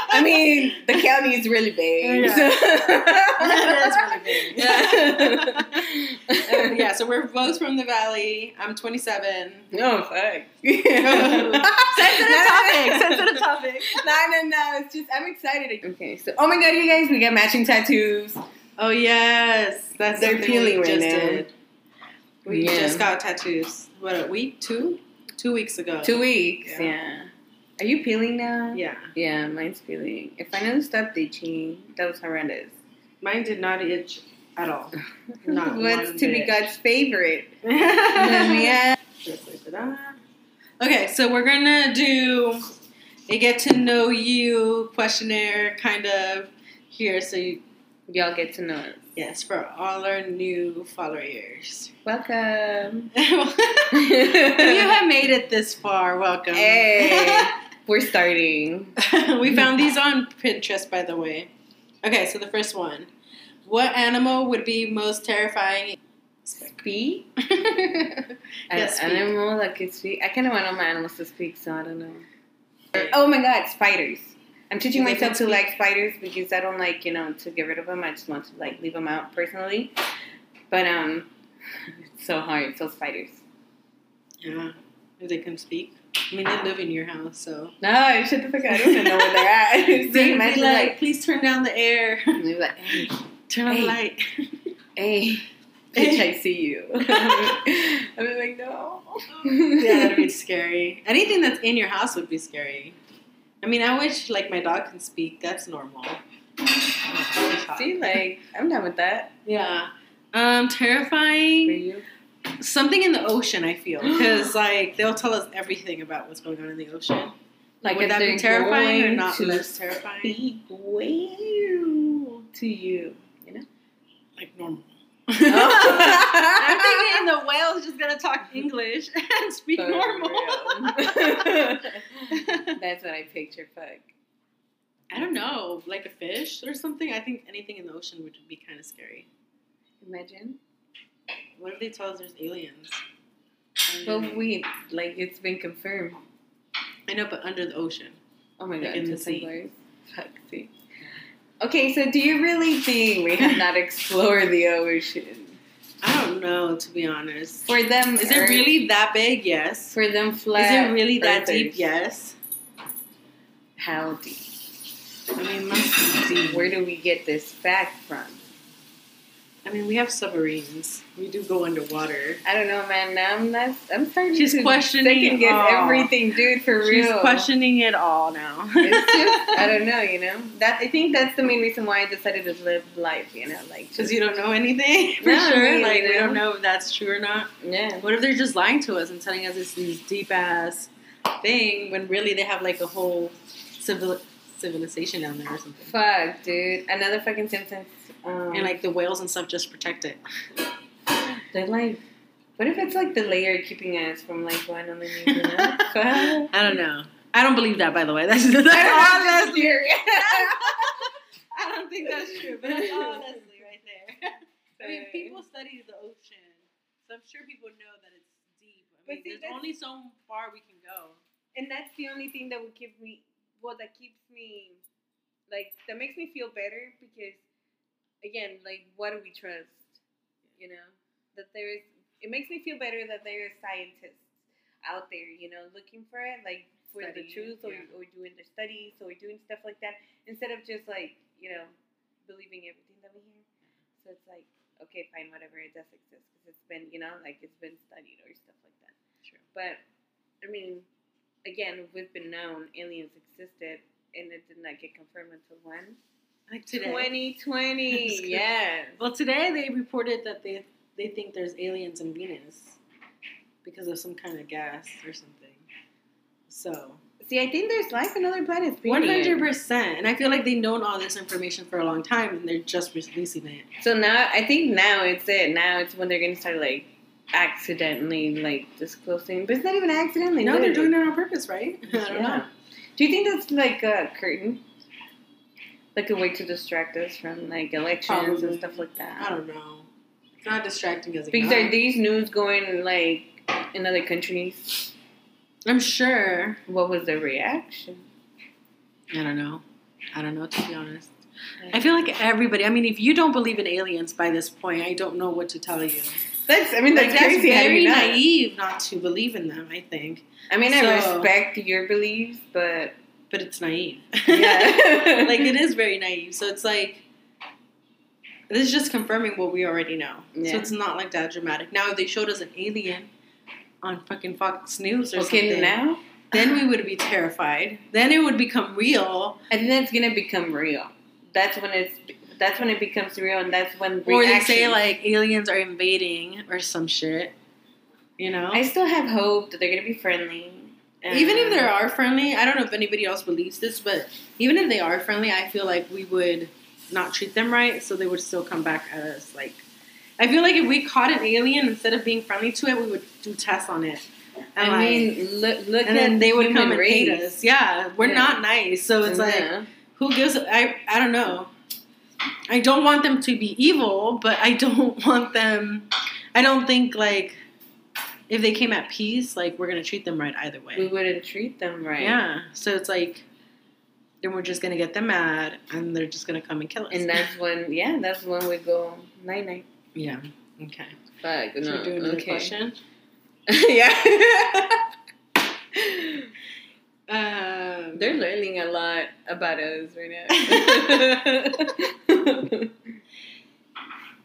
[SPEAKER 1] I
[SPEAKER 2] <laughs>
[SPEAKER 1] mean, the county is really big. <laughs>
[SPEAKER 2] Yeah.
[SPEAKER 1] so- <laughs>
[SPEAKER 2] It
[SPEAKER 1] Yeah.
[SPEAKER 2] Um, yeah, so we're both from the valley. I'm 27.
[SPEAKER 1] No,
[SPEAKER 2] <laughs>
[SPEAKER 1] fuck.
[SPEAKER 2] Sensitive topic.
[SPEAKER 1] No, no, no. It's just, I'm excited. Okay, so, oh my god, you guys, we got matching tattoos.
[SPEAKER 2] Oh yes, that's
[SPEAKER 1] They're
[SPEAKER 2] something we
[SPEAKER 1] peeling right
[SPEAKER 2] just
[SPEAKER 1] now.
[SPEAKER 2] did. We
[SPEAKER 1] Yeah.
[SPEAKER 2] just got tattoos. What a week? Two? Two weeks ago.
[SPEAKER 1] Two weeks.
[SPEAKER 2] Yeah.
[SPEAKER 1] Yeah. Are you peeling now?
[SPEAKER 2] Yeah,
[SPEAKER 1] Yeah, mine's peeling. If I know stop itching, that was horrendous.
[SPEAKER 2] mine did not itch at all.
[SPEAKER 1] <laughs>
[SPEAKER 2] Not
[SPEAKER 1] What's
[SPEAKER 2] one
[SPEAKER 1] to be
[SPEAKER 2] bit.
[SPEAKER 1] God's <laughs> favorite? Let <laughs> me
[SPEAKER 2] yeah.
[SPEAKER 1] ask.
[SPEAKER 2] Okay, so we're gonna do a get to know you questionnaire kind of here. So you,
[SPEAKER 1] Y'all get to know us.
[SPEAKER 2] yes, for all our new followers. <laughs>
[SPEAKER 1] <laughs> Welcome.
[SPEAKER 2] if you have made it this far, welcome.
[SPEAKER 1] <laughs> Hey. We're starting.
[SPEAKER 2] <laughs> we found these on Pinterest, by the way. Okay, so the first one. What animal would be most terrifying?
[SPEAKER 1] <laughs> Speak.
[SPEAKER 2] yeah,
[SPEAKER 1] An
[SPEAKER 2] Yeah, speak.
[SPEAKER 1] animal that can speak. I kind of want all my animals to speak, so I don't know. Oh my god, spiders. I'm teaching
[SPEAKER 2] Do they
[SPEAKER 1] myself to
[SPEAKER 2] speak?
[SPEAKER 1] like spiders because I don't like, you know, to get rid of them. I just want to like leave them out personally. But um, <laughs> it's so hard. So spiders.
[SPEAKER 2] if they can speak. I mean, they live in your
[SPEAKER 1] <laughs>
[SPEAKER 2] house, so.
[SPEAKER 1] No, I
[SPEAKER 2] <laughs>
[SPEAKER 1] shut the fuck up. I don't even know where they're at. <laughs> so
[SPEAKER 2] They'd be
[SPEAKER 1] imagine
[SPEAKER 2] like,
[SPEAKER 1] like,
[SPEAKER 2] please turn down the air.
[SPEAKER 1] and they'd be like, hey,
[SPEAKER 2] Turn on the
[SPEAKER 1] Hey.
[SPEAKER 2] light. <laughs>
[SPEAKER 1] hey, <laughs> bitch, I see you. I'm like, no.
[SPEAKER 2] yeah,
[SPEAKER 1] <laughs>
[SPEAKER 2] that'd be scary. Anything that's in your house would be scary. I mean, I wish like my dog can speak. That's normal.
[SPEAKER 1] See, like, I'm done with that.
[SPEAKER 2] Yeah. Um,
[SPEAKER 1] For
[SPEAKER 2] terrifying.
[SPEAKER 1] you?
[SPEAKER 2] Something in the ocean. I <gasps> feel because like they'll tell us everything about what's going on in the ocean. Like, would
[SPEAKER 1] if
[SPEAKER 2] that
[SPEAKER 1] they're
[SPEAKER 2] be terrifying or
[SPEAKER 1] going
[SPEAKER 2] not
[SPEAKER 1] to
[SPEAKER 2] less terrifying?
[SPEAKER 1] Speak well to you.
[SPEAKER 2] Like <laughs> normal.
[SPEAKER 1] <laughs>
[SPEAKER 2] I'm
[SPEAKER 1] Oh.
[SPEAKER 2] thinking <laughs> the whale's just gonna talk English <laughs> and speak
[SPEAKER 1] For
[SPEAKER 2] normal. <laughs>
[SPEAKER 1] real. That's what I picture. Fuck.
[SPEAKER 2] I don't know, like a fish or something. I think anything in the ocean would be kind of scary.
[SPEAKER 1] Imagine.
[SPEAKER 2] What if they tell us there's aliens?
[SPEAKER 1] But we like it's been confirmed.
[SPEAKER 2] I know, but under the ocean.
[SPEAKER 1] Oh my
[SPEAKER 2] Like
[SPEAKER 1] god,
[SPEAKER 2] in the
[SPEAKER 1] just
[SPEAKER 2] sea.
[SPEAKER 1] like, fuck see. Okay, so do you really think we have not explored the ocean?
[SPEAKER 2] I don't know, to be honest.
[SPEAKER 1] For them,
[SPEAKER 2] Is it
[SPEAKER 1] Earth-
[SPEAKER 2] really that big? Yes.
[SPEAKER 1] For them,
[SPEAKER 2] Is
[SPEAKER 1] flat.
[SPEAKER 2] it really that deep?
[SPEAKER 1] earthers,
[SPEAKER 2] Yes.
[SPEAKER 1] How deep?
[SPEAKER 2] I mean, it must be deep.
[SPEAKER 1] Where do we get this fact from?
[SPEAKER 2] I mean, we have submarines. We do go underwater.
[SPEAKER 1] I don't know, man. Now I'm not. I'm starting
[SPEAKER 2] She's
[SPEAKER 1] to
[SPEAKER 2] questioning
[SPEAKER 1] second guess
[SPEAKER 2] all.
[SPEAKER 1] everything, dude. For
[SPEAKER 2] She's
[SPEAKER 1] real.
[SPEAKER 2] questioning it all now.
[SPEAKER 1] It's just,
[SPEAKER 2] <laughs>
[SPEAKER 1] I don't know, you know. That I think that's the main reason why I decided to live life, you know, like
[SPEAKER 2] Because
[SPEAKER 1] just
[SPEAKER 2] you don't know anything for
[SPEAKER 1] No, I
[SPEAKER 2] sure.
[SPEAKER 1] mean,
[SPEAKER 2] like
[SPEAKER 1] you
[SPEAKER 2] we
[SPEAKER 1] know.
[SPEAKER 2] don't know if that's true or not.
[SPEAKER 1] yeah.
[SPEAKER 2] What if they're just lying to us and telling us it's this deep ass thing when really they have like a whole civil civilization down there or something?
[SPEAKER 1] Fuck, dude. Another fucking Simpsons. Um,
[SPEAKER 2] And like the whales and stuff just protect it.
[SPEAKER 1] they're like, what if it's like the layer keeping us from like going on the news? You
[SPEAKER 2] <laughs>
[SPEAKER 1] know? Fuck.
[SPEAKER 2] I don't know. I don't believe that, by the way. <laughs> That's, that's all
[SPEAKER 1] <laughs>
[SPEAKER 2] that's
[SPEAKER 1] theory.
[SPEAKER 2] <laughs> I don't think that's true, but that's all Leslie right there. I mean, people study the ocean, so I'm sure people know that it's deep. I
[SPEAKER 1] But
[SPEAKER 2] mean,
[SPEAKER 1] see,
[SPEAKER 2] there's
[SPEAKER 1] that's-
[SPEAKER 2] only so far we can go.
[SPEAKER 1] and that's the only thing that would give me well that keeps me like that makes me feel better because again like what do we trust you know that there is it makes me feel better that there are scientists out there you know looking for it like for the
[SPEAKER 2] Studying it,
[SPEAKER 1] truth or,
[SPEAKER 2] yeah.
[SPEAKER 1] or doing their studies or doing stuff like that instead of just like you know believing everything that we hear so it's like okay fine whatever it does exist because it's been you know like it's been studied or stuff like that
[SPEAKER 2] True.
[SPEAKER 1] but I mean, again, we've been known aliens existed, and it did not get confirmed until when?
[SPEAKER 2] Like today.
[SPEAKER 1] <laughs> 2020.
[SPEAKER 2] Just
[SPEAKER 1] yes.
[SPEAKER 2] Well, today they reported that they they think there's aliens in Venus because of some kind of gas or something. So
[SPEAKER 1] See, I think there's life on other planets.
[SPEAKER 2] one hundred
[SPEAKER 1] period.
[SPEAKER 2] percent, and I feel like they've known all this information for a long time, and they're just releasing it.
[SPEAKER 1] So now, I think now it's it. Now it's when they're gonna start like accidentally like disclosing, but it's not even accidentally.
[SPEAKER 2] No, they're
[SPEAKER 1] literally.
[SPEAKER 2] doing it on purpose, right? <laughs>
[SPEAKER 1] <laughs>
[SPEAKER 2] I don't know.
[SPEAKER 1] Yeah. Do you think that's like a curtain? Like a way to distract us from like elections
[SPEAKER 2] Probably.
[SPEAKER 1] and stuff like that.
[SPEAKER 2] I don't know. It's not distracting as
[SPEAKER 1] Because are these news going like in other countries?
[SPEAKER 2] I'm sure.
[SPEAKER 1] What was the reaction?
[SPEAKER 2] I don't know. I don't know to be honest. I feel like everybody. I mean, if you don't believe in aliens by this point, I don't know what to tell you.
[SPEAKER 1] <laughs> That's I mean
[SPEAKER 2] Like,
[SPEAKER 1] that's crazy. how
[SPEAKER 2] very
[SPEAKER 1] you know.
[SPEAKER 2] naive not to believe in them. I think.
[SPEAKER 1] I mean I
[SPEAKER 2] So-
[SPEAKER 1] respect your beliefs,
[SPEAKER 2] <laughs>
[SPEAKER 1] but
[SPEAKER 2] but it's naive.
[SPEAKER 1] yeah,
[SPEAKER 2] <laughs>
[SPEAKER 1] <laughs>
[SPEAKER 2] like it is very naive. So it's like this is just confirming what we already know.
[SPEAKER 1] Yeah.
[SPEAKER 2] So it's not like that dramatic. Now if they showed us an alien on fucking Fox News or
[SPEAKER 1] Okay,
[SPEAKER 2] something,
[SPEAKER 1] now
[SPEAKER 2] then we would be terrified. Then it would become real,
[SPEAKER 1] I think that's gonna become real. That's when it's that's when it becomes real, and that's when
[SPEAKER 2] or they
[SPEAKER 1] reactions-
[SPEAKER 2] say like aliens are invading or some shit. You know,
[SPEAKER 1] I still have hope that they're gonna be friendly. and-
[SPEAKER 2] even if they are friendly, I don't know if anybody else believes this, but even if they are friendly, I feel like we would not treat them right, so they would still come back at us. Like, I feel like if we caught an alien instead of being friendly to it, we would do tests on it. And
[SPEAKER 1] I
[SPEAKER 2] like,
[SPEAKER 1] mean, look, look
[SPEAKER 2] and then
[SPEAKER 1] at
[SPEAKER 2] they
[SPEAKER 1] the
[SPEAKER 2] would
[SPEAKER 1] human
[SPEAKER 2] come and
[SPEAKER 1] race.
[SPEAKER 2] hate us. Yeah, we're
[SPEAKER 1] Yeah.
[SPEAKER 2] not nice. So it's like,
[SPEAKER 1] Yeah.
[SPEAKER 2] who gives? I I don't know. I don't want them to be evil, but I don't <laughs> want them. I don't think like if they came at peace, like we're gonna treat them right either way.
[SPEAKER 1] we wouldn't treat them right.
[SPEAKER 2] Yeah. So it's like then we're just gonna get them mad and they're just gonna come and kill us.
[SPEAKER 1] and that's when yeah, that's when we go night night.
[SPEAKER 2] <laughs> yeah. Okay.
[SPEAKER 1] Fuck,
[SPEAKER 2] So
[SPEAKER 1] no,
[SPEAKER 2] we're doing another
[SPEAKER 1] okay.
[SPEAKER 2] <laughs> question.
[SPEAKER 1] <laughs> yeah.
[SPEAKER 2] Um,
[SPEAKER 1] They're
[SPEAKER 2] <laughs>
[SPEAKER 1] learning a lot about us right now.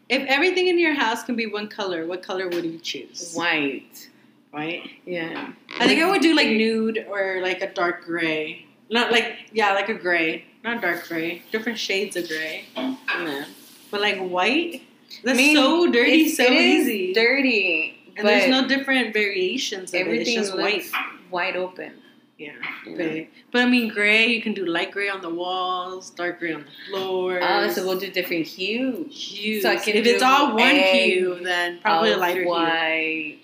[SPEAKER 2] If everything in your house can be one color, what color would you choose?
[SPEAKER 1] White.
[SPEAKER 2] Right?
[SPEAKER 1] Yeah.
[SPEAKER 2] I think I would do like nude or like a dark gray. Not like yeah, like a gray. Not dark gray. Different shades of gray.
[SPEAKER 1] No.
[SPEAKER 2] But like white? That's
[SPEAKER 1] I mean,
[SPEAKER 2] so dirty,
[SPEAKER 1] it's-
[SPEAKER 2] so
[SPEAKER 1] it is
[SPEAKER 2] easy.
[SPEAKER 1] dirty.
[SPEAKER 2] and there's
[SPEAKER 1] but
[SPEAKER 2] no different variations of it. It's
[SPEAKER 1] everything
[SPEAKER 2] just white.
[SPEAKER 1] looks wide open.
[SPEAKER 2] Yeah.
[SPEAKER 1] you know?
[SPEAKER 2] But, but I mean gray, you can do light gray on the walls, dark gray on the floors.
[SPEAKER 1] Oh, so we'll do different hues.
[SPEAKER 2] hues.
[SPEAKER 1] so I can
[SPEAKER 2] if it's
[SPEAKER 1] do
[SPEAKER 2] all one
[SPEAKER 1] egg,
[SPEAKER 2] hue, then probably a
[SPEAKER 1] Olive
[SPEAKER 2] lighter hue.
[SPEAKER 1] white,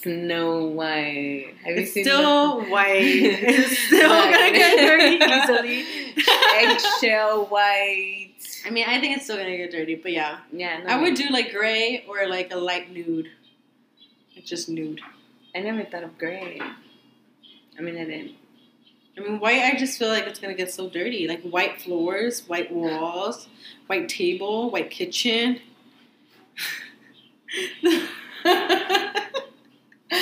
[SPEAKER 1] Snow White. Have
[SPEAKER 2] It's
[SPEAKER 1] you seen that?
[SPEAKER 2] still
[SPEAKER 1] <laughs>
[SPEAKER 2] white. It's still
[SPEAKER 1] Right.
[SPEAKER 2] gonna get dirty easily.
[SPEAKER 1] <laughs>
[SPEAKER 2] <laughs>
[SPEAKER 1] eggshell white?
[SPEAKER 2] I mean, I think it's still gonna get dirty, but yeah,
[SPEAKER 1] Yeah, no,
[SPEAKER 2] I would do like gray or like a light nude. It's just nude.
[SPEAKER 1] I never thought of gray. I mean, I didn't.
[SPEAKER 2] I mean, white. I just feel like it's gonna get so dirty. Like white floors, white walls, white table, white kitchen. <laughs> <laughs>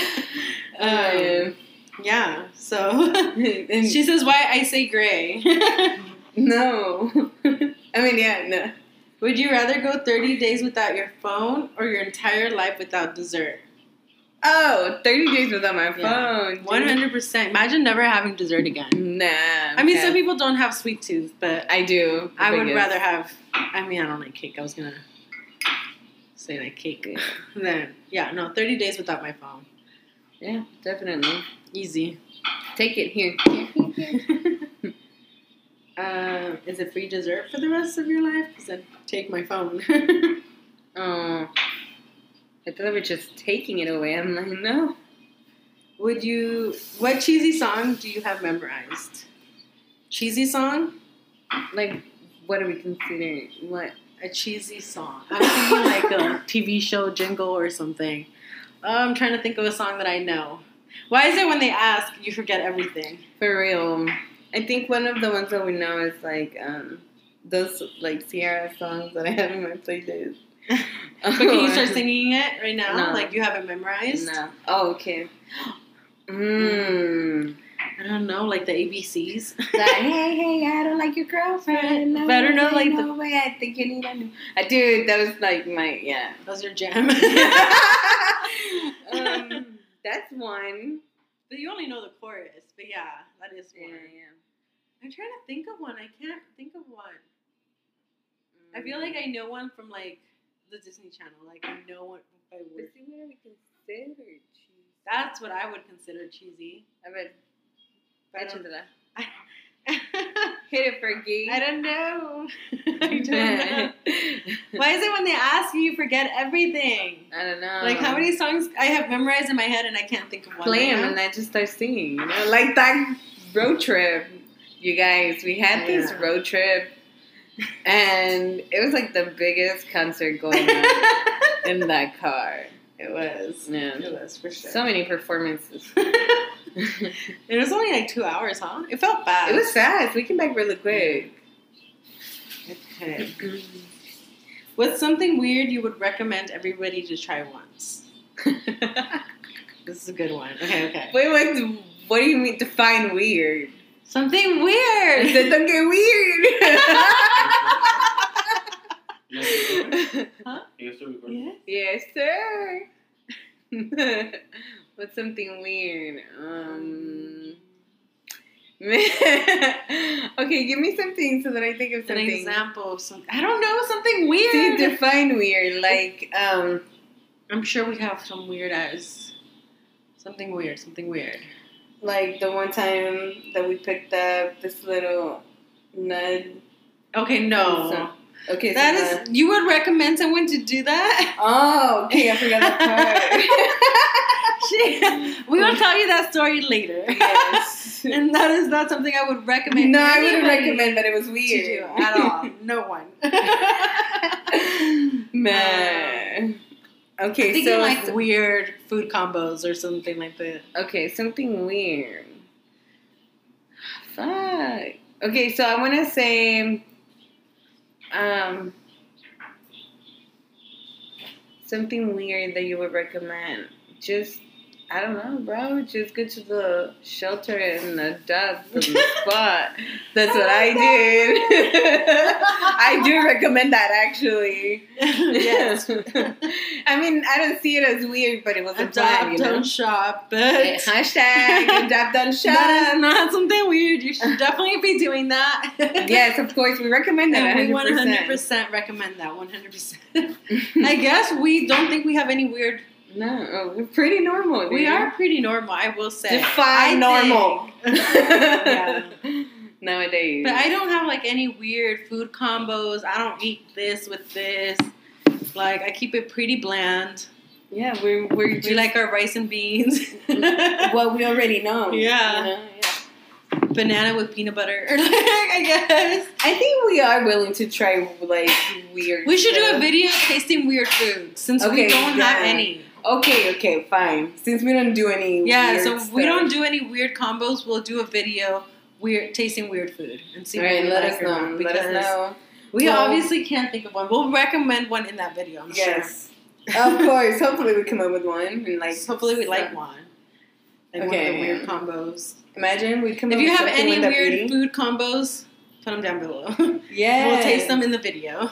[SPEAKER 2] um, yeah. So
[SPEAKER 1] <laughs> And-
[SPEAKER 2] she says white. I say gray. <laughs>
[SPEAKER 1] no. <laughs> I mean, yeah, no.
[SPEAKER 2] Would you rather go 30 days without your phone or your entire life without dessert?
[SPEAKER 1] Oh, 30 days without my
[SPEAKER 2] Yeah.
[SPEAKER 1] phone. dude.
[SPEAKER 2] 100%. Imagine never having dessert again.
[SPEAKER 1] Nah.
[SPEAKER 2] I mean,
[SPEAKER 1] okay.
[SPEAKER 2] some people don't have sweet tooth, but
[SPEAKER 1] I do.
[SPEAKER 2] I would
[SPEAKER 1] because-
[SPEAKER 2] rather have. I mean, I don't like cake. I was gonna say like cake.
[SPEAKER 1] Yeah.
[SPEAKER 2] Then yeah, no, thirty days without my phone,
[SPEAKER 1] Yeah, definitely.
[SPEAKER 2] easy.
[SPEAKER 1] Take it
[SPEAKER 2] <laughs>
[SPEAKER 1] here.
[SPEAKER 2] Uh, is it free dessert for the rest of your life? Because then take my phone. <laughs>
[SPEAKER 1] Oh. I thought they were just taking it away. I'm like, no.
[SPEAKER 2] would you? What cheesy song do you have memorized? Cheesy song?
[SPEAKER 1] Like, what are we considering? What?
[SPEAKER 2] A cheesy song. I'm thinking like a TV show jingle or something. Oh, I'm trying to think of a song that I know. Why is it when they ask you forget everything?
[SPEAKER 1] For real. I think one of the ones that we know is like, um, those like Sierra songs that I have in my
[SPEAKER 2] <laughs>
[SPEAKER 1] playlist.
[SPEAKER 2] But can you
[SPEAKER 1] <laughs>
[SPEAKER 2] start singing it right now?
[SPEAKER 1] No.
[SPEAKER 2] Like you have it memorized?
[SPEAKER 1] No. Oh, okay. <gasps> Mmm.
[SPEAKER 2] I don't know, like
[SPEAKER 1] <laughs>
[SPEAKER 2] the ABCs.
[SPEAKER 1] Like, hey, hey, I don't like your girlfriend. No
[SPEAKER 2] Better know,
[SPEAKER 1] way,
[SPEAKER 2] like,
[SPEAKER 1] no way. I think you need a new. Uh, dude, that was like my
[SPEAKER 2] <laughs>
[SPEAKER 1] yeah.
[SPEAKER 2] That was your
[SPEAKER 1] <laughs>
[SPEAKER 2] jam.
[SPEAKER 1] um, that's one.
[SPEAKER 2] but you only know the chorus. But yeah, that is one. I'm trying to think of one. I can't think of one. I feel like
[SPEAKER 1] Mm.
[SPEAKER 2] I know one from like the Disney Channel. Like I know one by
[SPEAKER 1] But
[SPEAKER 2] word.
[SPEAKER 1] see, what are we considered? cheese?
[SPEAKER 2] That's what I would consider
[SPEAKER 1] <laughs>
[SPEAKER 2] cheesy.
[SPEAKER 1] I bet.
[SPEAKER 2] but I don't-
[SPEAKER 1] Échatela.
[SPEAKER 2] I
[SPEAKER 1] Hit it for gay.
[SPEAKER 2] don't know. <laughs> I
[SPEAKER 1] <laughs>
[SPEAKER 2] don't know. Why is it when they ask you, you forget everything?
[SPEAKER 1] I don't know.
[SPEAKER 2] Like how many songs I have memorized in my head and I can't think of one.
[SPEAKER 1] play
[SPEAKER 2] right
[SPEAKER 1] them
[SPEAKER 2] now?
[SPEAKER 1] and I just start singing. You know, like that road trip. You guys, we had this
[SPEAKER 2] Yeah.
[SPEAKER 1] road trip, and it was like the biggest concert going
[SPEAKER 2] <laughs>
[SPEAKER 1] on in that car.
[SPEAKER 2] it was.
[SPEAKER 1] Yeah,
[SPEAKER 2] It was for sure.
[SPEAKER 1] so many performances.
[SPEAKER 2] <laughs>
[SPEAKER 1] it
[SPEAKER 2] it was only like two hours, huh? It felt bad.
[SPEAKER 1] was fast. We came back really
[SPEAKER 2] <laughs>
[SPEAKER 1] quick.
[SPEAKER 2] Okay. What's something weird you would recommend everybody to try once? this is a good one. Okay, okay.
[SPEAKER 1] Wait, what? What do you mean define weird? <laughs>
[SPEAKER 2] Something weird.
[SPEAKER 1] It
[SPEAKER 2] <laughs>
[SPEAKER 1] don't get weird.
[SPEAKER 2] <laughs>
[SPEAKER 3] Yes, sir, recording.
[SPEAKER 2] yeah.
[SPEAKER 1] Yes, sir. <laughs> What's something weird? Um. <laughs> okay, give me something so that I think of
[SPEAKER 2] An
[SPEAKER 1] something.
[SPEAKER 2] example of something. I don't know. Something weird.
[SPEAKER 1] See, define weird. Like, um,
[SPEAKER 2] I'm sure we have some weird eyes. Something weird. Something weird.
[SPEAKER 1] like the one time that we picked up this little nut.
[SPEAKER 2] Okay, no.
[SPEAKER 1] So- Okay,
[SPEAKER 2] Oh. That
[SPEAKER 1] so the-
[SPEAKER 2] is. You would recommend someone to do that? <laughs>
[SPEAKER 1] Oh, okay, I forgot that part.
[SPEAKER 2] She- <laughs> we will tell you that story later.
[SPEAKER 1] <laughs> yes.
[SPEAKER 2] and that is not something I would recommend.
[SPEAKER 1] No, I wouldn't
[SPEAKER 2] anybody
[SPEAKER 1] recommend, but it was
[SPEAKER 2] to do
[SPEAKER 1] weird
[SPEAKER 2] at
[SPEAKER 1] <laughs>
[SPEAKER 2] all. No one.
[SPEAKER 1] Man.
[SPEAKER 2] I
[SPEAKER 1] Okay,
[SPEAKER 2] think
[SPEAKER 1] so
[SPEAKER 2] like weird food combos or something like that.
[SPEAKER 1] okay, something weird. Fuck. Okay, so I want to say, um, something weird that you would recommend. Just I don't know, bro. Just get to the shelter and the dub from the spot. That's what I did. <laughs> I do recommend that actually.
[SPEAKER 2] yes.
[SPEAKER 1] I mean, I don't see it as weird, but it was a vibe,
[SPEAKER 2] <laughs> Adopt,
[SPEAKER 1] you
[SPEAKER 2] don't
[SPEAKER 1] know.
[SPEAKER 2] shop. But
[SPEAKER 1] Hey,
[SPEAKER 2] <laughs>
[SPEAKER 1] Hashtag adopt don't
[SPEAKER 2] that
[SPEAKER 1] shop.
[SPEAKER 2] is not something weird. You should definitely be doing that.
[SPEAKER 1] <laughs>
[SPEAKER 2] <laughs>
[SPEAKER 1] Yes, of course, we recommend that.
[SPEAKER 2] And we
[SPEAKER 1] 100%.
[SPEAKER 2] 100% recommend that. 100%.
[SPEAKER 1] <laughs>
[SPEAKER 2] I guess we don't think we have any weird.
[SPEAKER 1] no, oh, we're pretty normal.
[SPEAKER 2] We
[SPEAKER 1] dude.
[SPEAKER 2] are pretty normal, I will say.
[SPEAKER 1] Define
[SPEAKER 2] I think- <laughs>
[SPEAKER 1] normal.
[SPEAKER 2] Yeah.
[SPEAKER 1] <laughs> Nowadays.
[SPEAKER 2] But I don't have like any weird food combos. I don't eat this with this. Like I keep it pretty bland.
[SPEAKER 1] yeah,
[SPEAKER 2] <laughs>
[SPEAKER 1] we're, we're
[SPEAKER 2] We
[SPEAKER 1] just
[SPEAKER 2] like our rice
[SPEAKER 1] <laughs>
[SPEAKER 2] and beans. <laughs>
[SPEAKER 1] what we already know.
[SPEAKER 2] Yeah.
[SPEAKER 1] you know? Yeah.
[SPEAKER 2] Banana with peanut butter. <laughs> like, I guess.
[SPEAKER 1] I think we are willing to try like weird.
[SPEAKER 2] We should do a
[SPEAKER 1] stuff.
[SPEAKER 2] video tasting weird food since we
[SPEAKER 1] Okay,
[SPEAKER 2] don't have
[SPEAKER 1] yeah.
[SPEAKER 2] any.
[SPEAKER 1] Okay, okay, fine. Since we don't do any.
[SPEAKER 2] Yeah,
[SPEAKER 1] weird
[SPEAKER 2] so if we
[SPEAKER 1] stuff.
[SPEAKER 2] don't do any weird combos, we'll do a video weird tasting weird food and see
[SPEAKER 1] All
[SPEAKER 2] what
[SPEAKER 1] right,
[SPEAKER 2] we
[SPEAKER 1] let
[SPEAKER 2] like
[SPEAKER 1] us
[SPEAKER 2] or not,
[SPEAKER 1] know. Let us
[SPEAKER 2] because
[SPEAKER 1] know.
[SPEAKER 2] We
[SPEAKER 1] Well-
[SPEAKER 2] obviously can't think of one. We'll recommend one in that video, I'm
[SPEAKER 1] Yes,
[SPEAKER 2] sure. <laughs>
[SPEAKER 1] of course. Hopefully, we come up with one and like.
[SPEAKER 2] Hopefully, we like one. Like one of
[SPEAKER 1] Okay.
[SPEAKER 2] the weird combos.
[SPEAKER 1] Imagine we come.
[SPEAKER 2] If
[SPEAKER 1] up
[SPEAKER 2] you
[SPEAKER 1] with
[SPEAKER 2] have
[SPEAKER 1] something
[SPEAKER 2] any
[SPEAKER 1] with a
[SPEAKER 2] weird
[SPEAKER 1] beanie.
[SPEAKER 2] food combos, put them down below. <laughs>
[SPEAKER 1] yeah,
[SPEAKER 2] We'll taste them in the <laughs> video.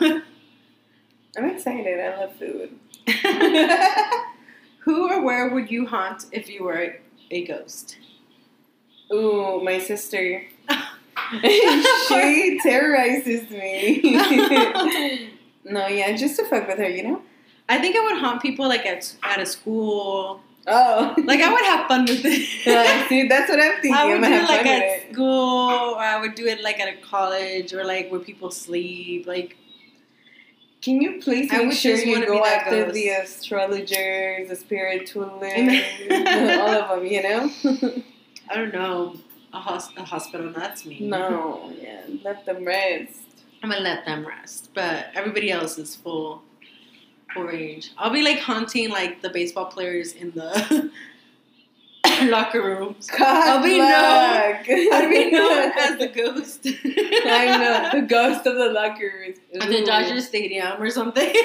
[SPEAKER 1] I'm excited. I love food.
[SPEAKER 2] Who or where would you haunt if you were a <laughs> ghost?
[SPEAKER 1] Ooh, my sister.
[SPEAKER 2] She-
[SPEAKER 1] <laughs> she terrorizes me. <laughs> no, yeah, just to fuck with her, you know.
[SPEAKER 2] I think I would haunt people like at, at a school.
[SPEAKER 1] Oh,
[SPEAKER 2] Like
[SPEAKER 1] <laughs>
[SPEAKER 2] I would have fun with <laughs> it.
[SPEAKER 1] Yeah, see, that's what I'm thinking.
[SPEAKER 2] I would
[SPEAKER 1] am
[SPEAKER 2] do
[SPEAKER 1] gonna
[SPEAKER 2] it
[SPEAKER 1] have
[SPEAKER 2] like
[SPEAKER 1] fun with
[SPEAKER 2] at
[SPEAKER 1] it.
[SPEAKER 2] school, or I would do it like at a college, or like where people sleep. Like
[SPEAKER 1] Can you please
[SPEAKER 2] I
[SPEAKER 1] make
[SPEAKER 2] would
[SPEAKER 1] sure
[SPEAKER 2] just
[SPEAKER 1] you
[SPEAKER 2] wanna
[SPEAKER 1] go
[SPEAKER 2] be that
[SPEAKER 1] after
[SPEAKER 2] ghost.
[SPEAKER 1] the astrologers, the spiritualists,
[SPEAKER 2] <laughs>
[SPEAKER 1] all of them? You know?
[SPEAKER 2] I don't know, a, hos- a hospital. That's me.
[SPEAKER 1] no, yeah, let them rest.
[SPEAKER 2] I'm gonna let them rest, but everybody else is full, full range. I'll be like haunting like the baseball players in the <laughs> locker rooms.
[SPEAKER 1] God
[SPEAKER 2] I'll be
[SPEAKER 1] luck. <laughs>
[SPEAKER 2] I'd be known as the ghost.
[SPEAKER 1] I know the ghost of the lockers.
[SPEAKER 2] At the
[SPEAKER 1] Ooh.
[SPEAKER 2] Dodger Stadium or something. <laughs>